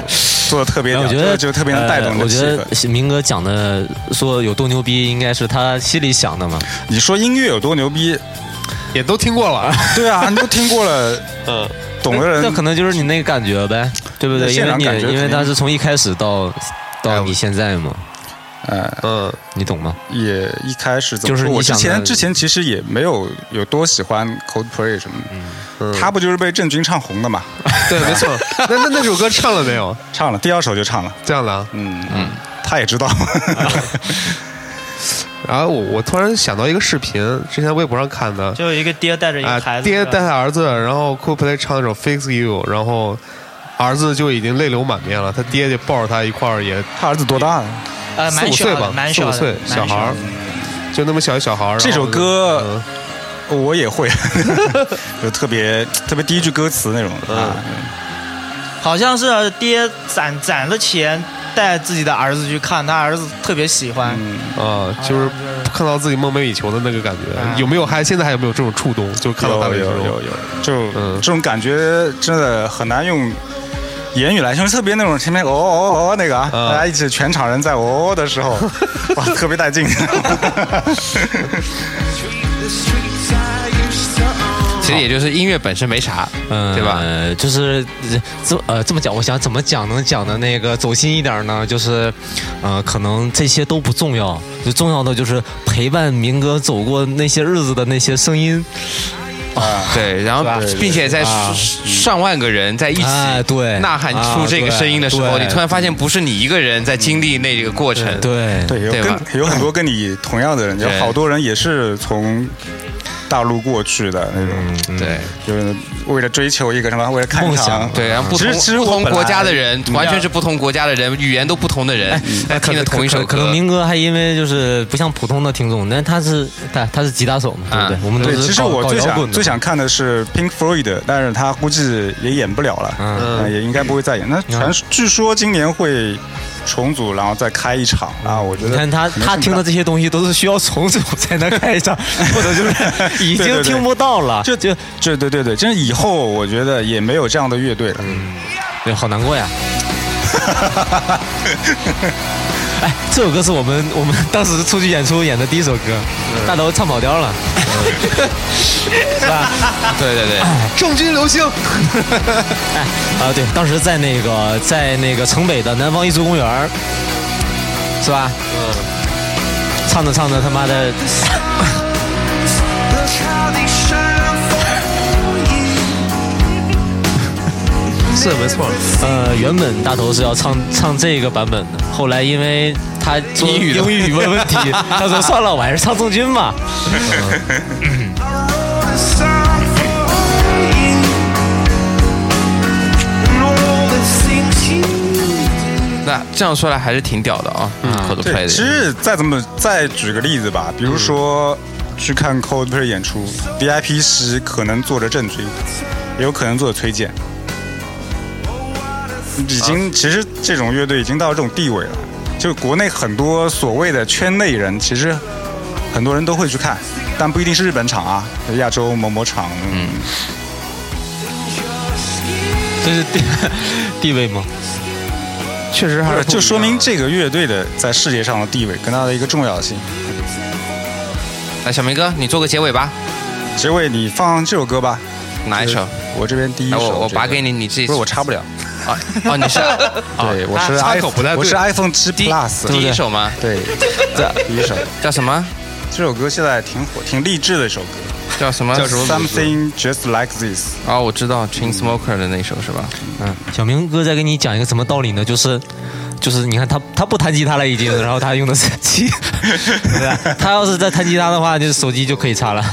Speaker 7: 做的特别
Speaker 3: 然哎后我
Speaker 7: 屌，
Speaker 3: 觉
Speaker 7: 就
Speaker 3: 得
Speaker 7: 就特别能带动
Speaker 3: 呃
Speaker 7: 这
Speaker 3: 我
Speaker 7: 气
Speaker 3: 觉
Speaker 7: 氛。
Speaker 3: 得明哥讲的说有多牛逼，应该是他心里想的嘛。
Speaker 7: 你说音乐有多牛逼？
Speaker 5: 也都听过了。
Speaker 7: 对啊，你都听过 了，
Speaker 5: 嗯，
Speaker 7: 懂的
Speaker 3: 那
Speaker 7: 人
Speaker 3: 可能就是你那个感觉呗，对不对？因
Speaker 7: 现
Speaker 3: 为
Speaker 7: 场
Speaker 3: 你
Speaker 7: 感觉
Speaker 3: 因为
Speaker 7: 肯定
Speaker 3: 他是从一开始到
Speaker 5: 哎
Speaker 3: 到
Speaker 5: 我
Speaker 3: 你现在嘛，
Speaker 7: 呃
Speaker 5: 嗯，
Speaker 3: 你懂吗？
Speaker 7: 也一开始怎
Speaker 3: 就
Speaker 7: 么
Speaker 3: 是
Speaker 7: 说
Speaker 3: 你
Speaker 7: 我之
Speaker 3: 想的
Speaker 7: 前之前其实也没有有多喜欢 Coldplay 什么的，他不就是被郑钧唱红的嘛？
Speaker 5: 对，没 错。那那那首歌唱了没有？
Speaker 7: 唱了第二首就唱了，
Speaker 5: 这样的啊。
Speaker 7: 嗯嗯，他也知 道，
Speaker 5: 然后我我突然想到一个视频，之前微博上看的，
Speaker 2: 就有一个爹带着一
Speaker 5: 啊
Speaker 2: 个孩，子，
Speaker 5: 爹带他儿子，然后 Coldplay 唱那首《Fix You》，然后儿子就已经泪流满面了，他爹就抱着他一块儿也
Speaker 7: 他儿子多 大？
Speaker 2: 呃，
Speaker 5: 四
Speaker 2: 蛮
Speaker 5: 五
Speaker 2: 小
Speaker 5: 岁
Speaker 2: 的
Speaker 5: 吧，
Speaker 2: 蛮
Speaker 5: 四
Speaker 2: 小
Speaker 5: 五
Speaker 2: 的
Speaker 5: 岁
Speaker 2: 蛮
Speaker 5: 小孩
Speaker 2: 小
Speaker 5: 儿
Speaker 2: 的，
Speaker 5: 就那么小一小孩儿。
Speaker 7: 这
Speaker 5: 然后
Speaker 7: 首歌
Speaker 5: 嗯
Speaker 7: 我也会， 就特别特别第一句歌词那种啊，
Speaker 2: 好像是爹攒攒了钱带自己的儿子去看，他儿子特别喜欢。
Speaker 5: 啊，就是看到自己梦寐以求的那个感
Speaker 2: 啊
Speaker 5: 觉，有没有还现在还有没有这种触动？就看到他
Speaker 7: 有
Speaker 5: 的时
Speaker 7: 有
Speaker 5: 候
Speaker 7: 有有，就
Speaker 5: 嗯
Speaker 7: 这种感觉真的很难用言语来形容，特别那种前面哦哦哦那个啊，
Speaker 5: 嗯
Speaker 7: 大家一起全场人在哦哦的时候，哇，特别带劲。
Speaker 1: 其实也就是音乐本身没啥，
Speaker 3: 嗯，
Speaker 1: 对吧？
Speaker 3: 呃就是呃这呃这么讲，我想怎么讲能讲的那个走心一点呢？就是，呃，可能这些都不重要，就重要的就是陪伴民哥走过那些日子的那些声音，
Speaker 1: 对，然后并且在上万个人在一起
Speaker 3: 哎啊对
Speaker 1: 呐喊出这个声音的时候，
Speaker 3: 啊对
Speaker 1: 你突然发现不是你一个人在经历那个过程，
Speaker 3: 对，
Speaker 7: 对，有
Speaker 1: 对吧
Speaker 7: 跟有很多跟你同样的人，有
Speaker 1: 对
Speaker 7: 好多人也是从大陆过去的那种，
Speaker 3: 嗯
Speaker 1: 对
Speaker 7: 就是为了追求一个什么，为了看
Speaker 3: 梦
Speaker 7: 场
Speaker 3: 想，
Speaker 1: 对，然后不
Speaker 7: 其
Speaker 1: 同
Speaker 7: 实其实
Speaker 1: 不
Speaker 7: 我
Speaker 1: 同
Speaker 7: 本
Speaker 1: 国
Speaker 7: 来
Speaker 1: 家的人，完全是不同国家的人，语言都不同的人，在听着同一首
Speaker 3: 哎
Speaker 1: 歌，
Speaker 3: 可能明哥还因为就是不像普通的听众，但他是他他是吉他手嘛，对不对
Speaker 1: 啊？
Speaker 3: 我们都
Speaker 7: 对，
Speaker 3: 是
Speaker 7: 其实
Speaker 3: 搞
Speaker 7: 我
Speaker 3: 搞
Speaker 7: 最
Speaker 3: 摇滚
Speaker 7: 想
Speaker 3: 的
Speaker 7: 最想看的是 Pink Floyd，的但是他估计也演不了了，
Speaker 3: 嗯
Speaker 7: 嗯，也应该不会再演。那传据说今年会重组，然后再开一场啊，我觉得
Speaker 3: 嗯你看他，
Speaker 7: 可能
Speaker 3: 他
Speaker 7: 性
Speaker 3: 听
Speaker 7: 大
Speaker 3: 的这些东西都是需要重组 才能看一场，或 者就是已
Speaker 7: 对对
Speaker 3: 经
Speaker 7: 对
Speaker 3: 听不到了，
Speaker 7: 就就就对对对，真以后我觉得也没有这样的乐队了。
Speaker 3: 对，好难过呀。哎，这首歌是我们我们 当时出去演出演的第一首歌，大头唱跑调了， 是吧？哎
Speaker 1: 对对对，
Speaker 5: 重金 流星，
Speaker 3: 啊，对，当时在那个在那个城北的南方艺术公园儿是吧？嗯。唱着唱着，他妈的，
Speaker 5: 是没错。
Speaker 3: 呃，原本大头是要唱唱这个版本的，后来因为他做
Speaker 1: 英语的
Speaker 3: 英语语文问题， 他说算了，我还是唱郑钧吧。
Speaker 1: 那这样说来还是挺屌的啊，Coldplay
Speaker 3: 嗯
Speaker 7: 对，
Speaker 1: 的，
Speaker 7: 其实再怎么再举个例子吧，比如说去看 Coldplay 演出，VIP 席可能坐着郑钧，也有可能坐着崔健。已经，其实这种乐队已经到这种地位了，就国内很多所谓的圈内人，其实很多人都会去看，但不一定是日本场啊，亚洲某某场，嗯，
Speaker 3: 这是地地位吗？
Speaker 5: 确实还是
Speaker 7: 就说明这个乐队的在世界上的地位跟它的一个重要性。
Speaker 1: 来，小明哥，你做个结尾吧，
Speaker 7: 结尾你放这首歌吧，
Speaker 1: 哪一首？
Speaker 7: 我这边第一
Speaker 1: 来，
Speaker 7: 首，
Speaker 1: 我我拔给你，你自己
Speaker 7: 不是我插不了。
Speaker 1: 啊哦，你是
Speaker 7: 对，我是
Speaker 5: 插口
Speaker 7: iPhone，
Speaker 5: 不太对
Speaker 7: 我是 iPhone 七
Speaker 1: 第第
Speaker 7: Plus，对
Speaker 1: 一
Speaker 7: 不
Speaker 1: 首吗？
Speaker 7: 对？ 对，第一首。
Speaker 1: 叫什么？
Speaker 7: 这首歌现在挺火，挺励志的一首歌，
Speaker 1: 叫啊什么？
Speaker 7: ？Something Just Like This。
Speaker 1: 哦，我知道 Chain Smoker 的那首是吧？
Speaker 3: 嗯，小明哥在跟你讲一个什么道理呢？就是，就是你看他他不弹吉他了已经，然后他用的是手机， 对吧？他要是再弹吉他的话，就是手机就可以擦了。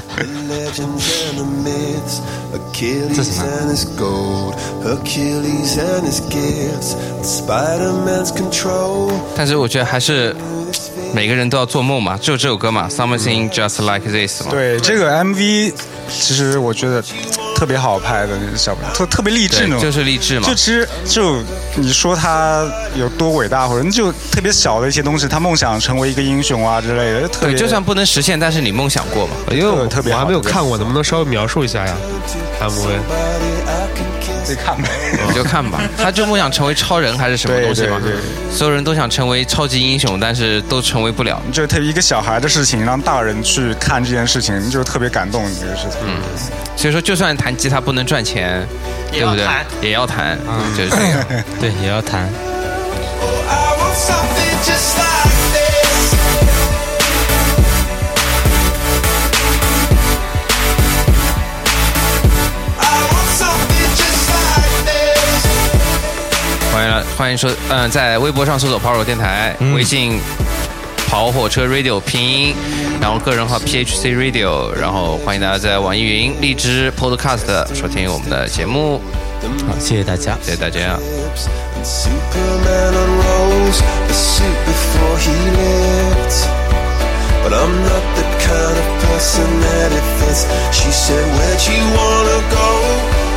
Speaker 3: 这什么？
Speaker 1: 但是我觉得还是每个人都要做梦嘛，就这首歌嘛，Something Just Like This 嘛。
Speaker 7: 对，这个 MV 其实我觉得特别好拍的，小特特别励志
Speaker 1: 对，
Speaker 7: 那种。
Speaker 1: 就是励志嘛
Speaker 7: 就。其实就你说他有多伟大，或者就特别小的一些东西，他梦想成为一个英雄啊之类的，特
Speaker 1: 对，
Speaker 7: 别
Speaker 1: 就算不能实现，但是你梦想过嘛。
Speaker 5: 因为我
Speaker 7: 特别
Speaker 5: 哎我
Speaker 7: 好
Speaker 5: 还没有看过，能不能稍微描述一下呀？MV
Speaker 7: 得看吧。
Speaker 1: 你就看吧，他就梦想成为超人还是什么
Speaker 7: 对
Speaker 1: 东西嘛
Speaker 7: 对对？
Speaker 1: 所有人都想成为超级英雄，但是都成为不了。
Speaker 7: 就特别一个小孩的事情，让大人去看这件事情，就特别感动这个事情。
Speaker 1: 所以说，就算弹吉他不能赚钱，对不对？也要弹，
Speaker 7: 嗯
Speaker 1: 就是这样。
Speaker 3: 对，也要弹。
Speaker 1: 欢迎了，欢迎收，嗯、在微博上搜索“跑火电台”，
Speaker 3: 嗯
Speaker 1: 微信“跑火车 Radio” 拼音，然后个人号 “PHC Radio”，然后欢迎大家在网易云、荔枝 Podcast 收听我们的节目，
Speaker 3: 好，谢谢大家。
Speaker 1: 谢谢大家。
Speaker 9: Superman unrolls the suit before he lived. But I'm not the kind of person that it fits. She said, Where'd you wanna go?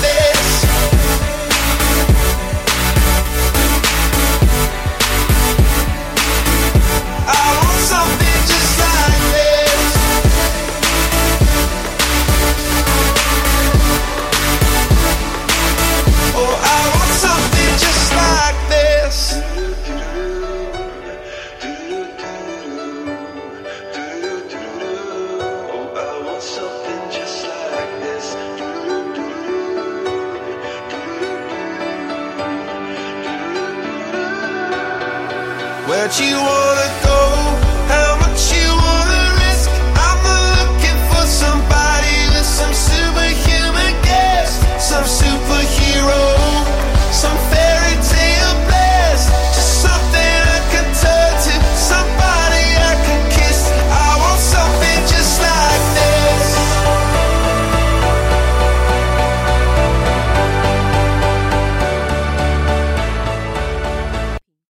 Speaker 9: this. I want something just like this. Oh, Oh, Where'd you wanna go?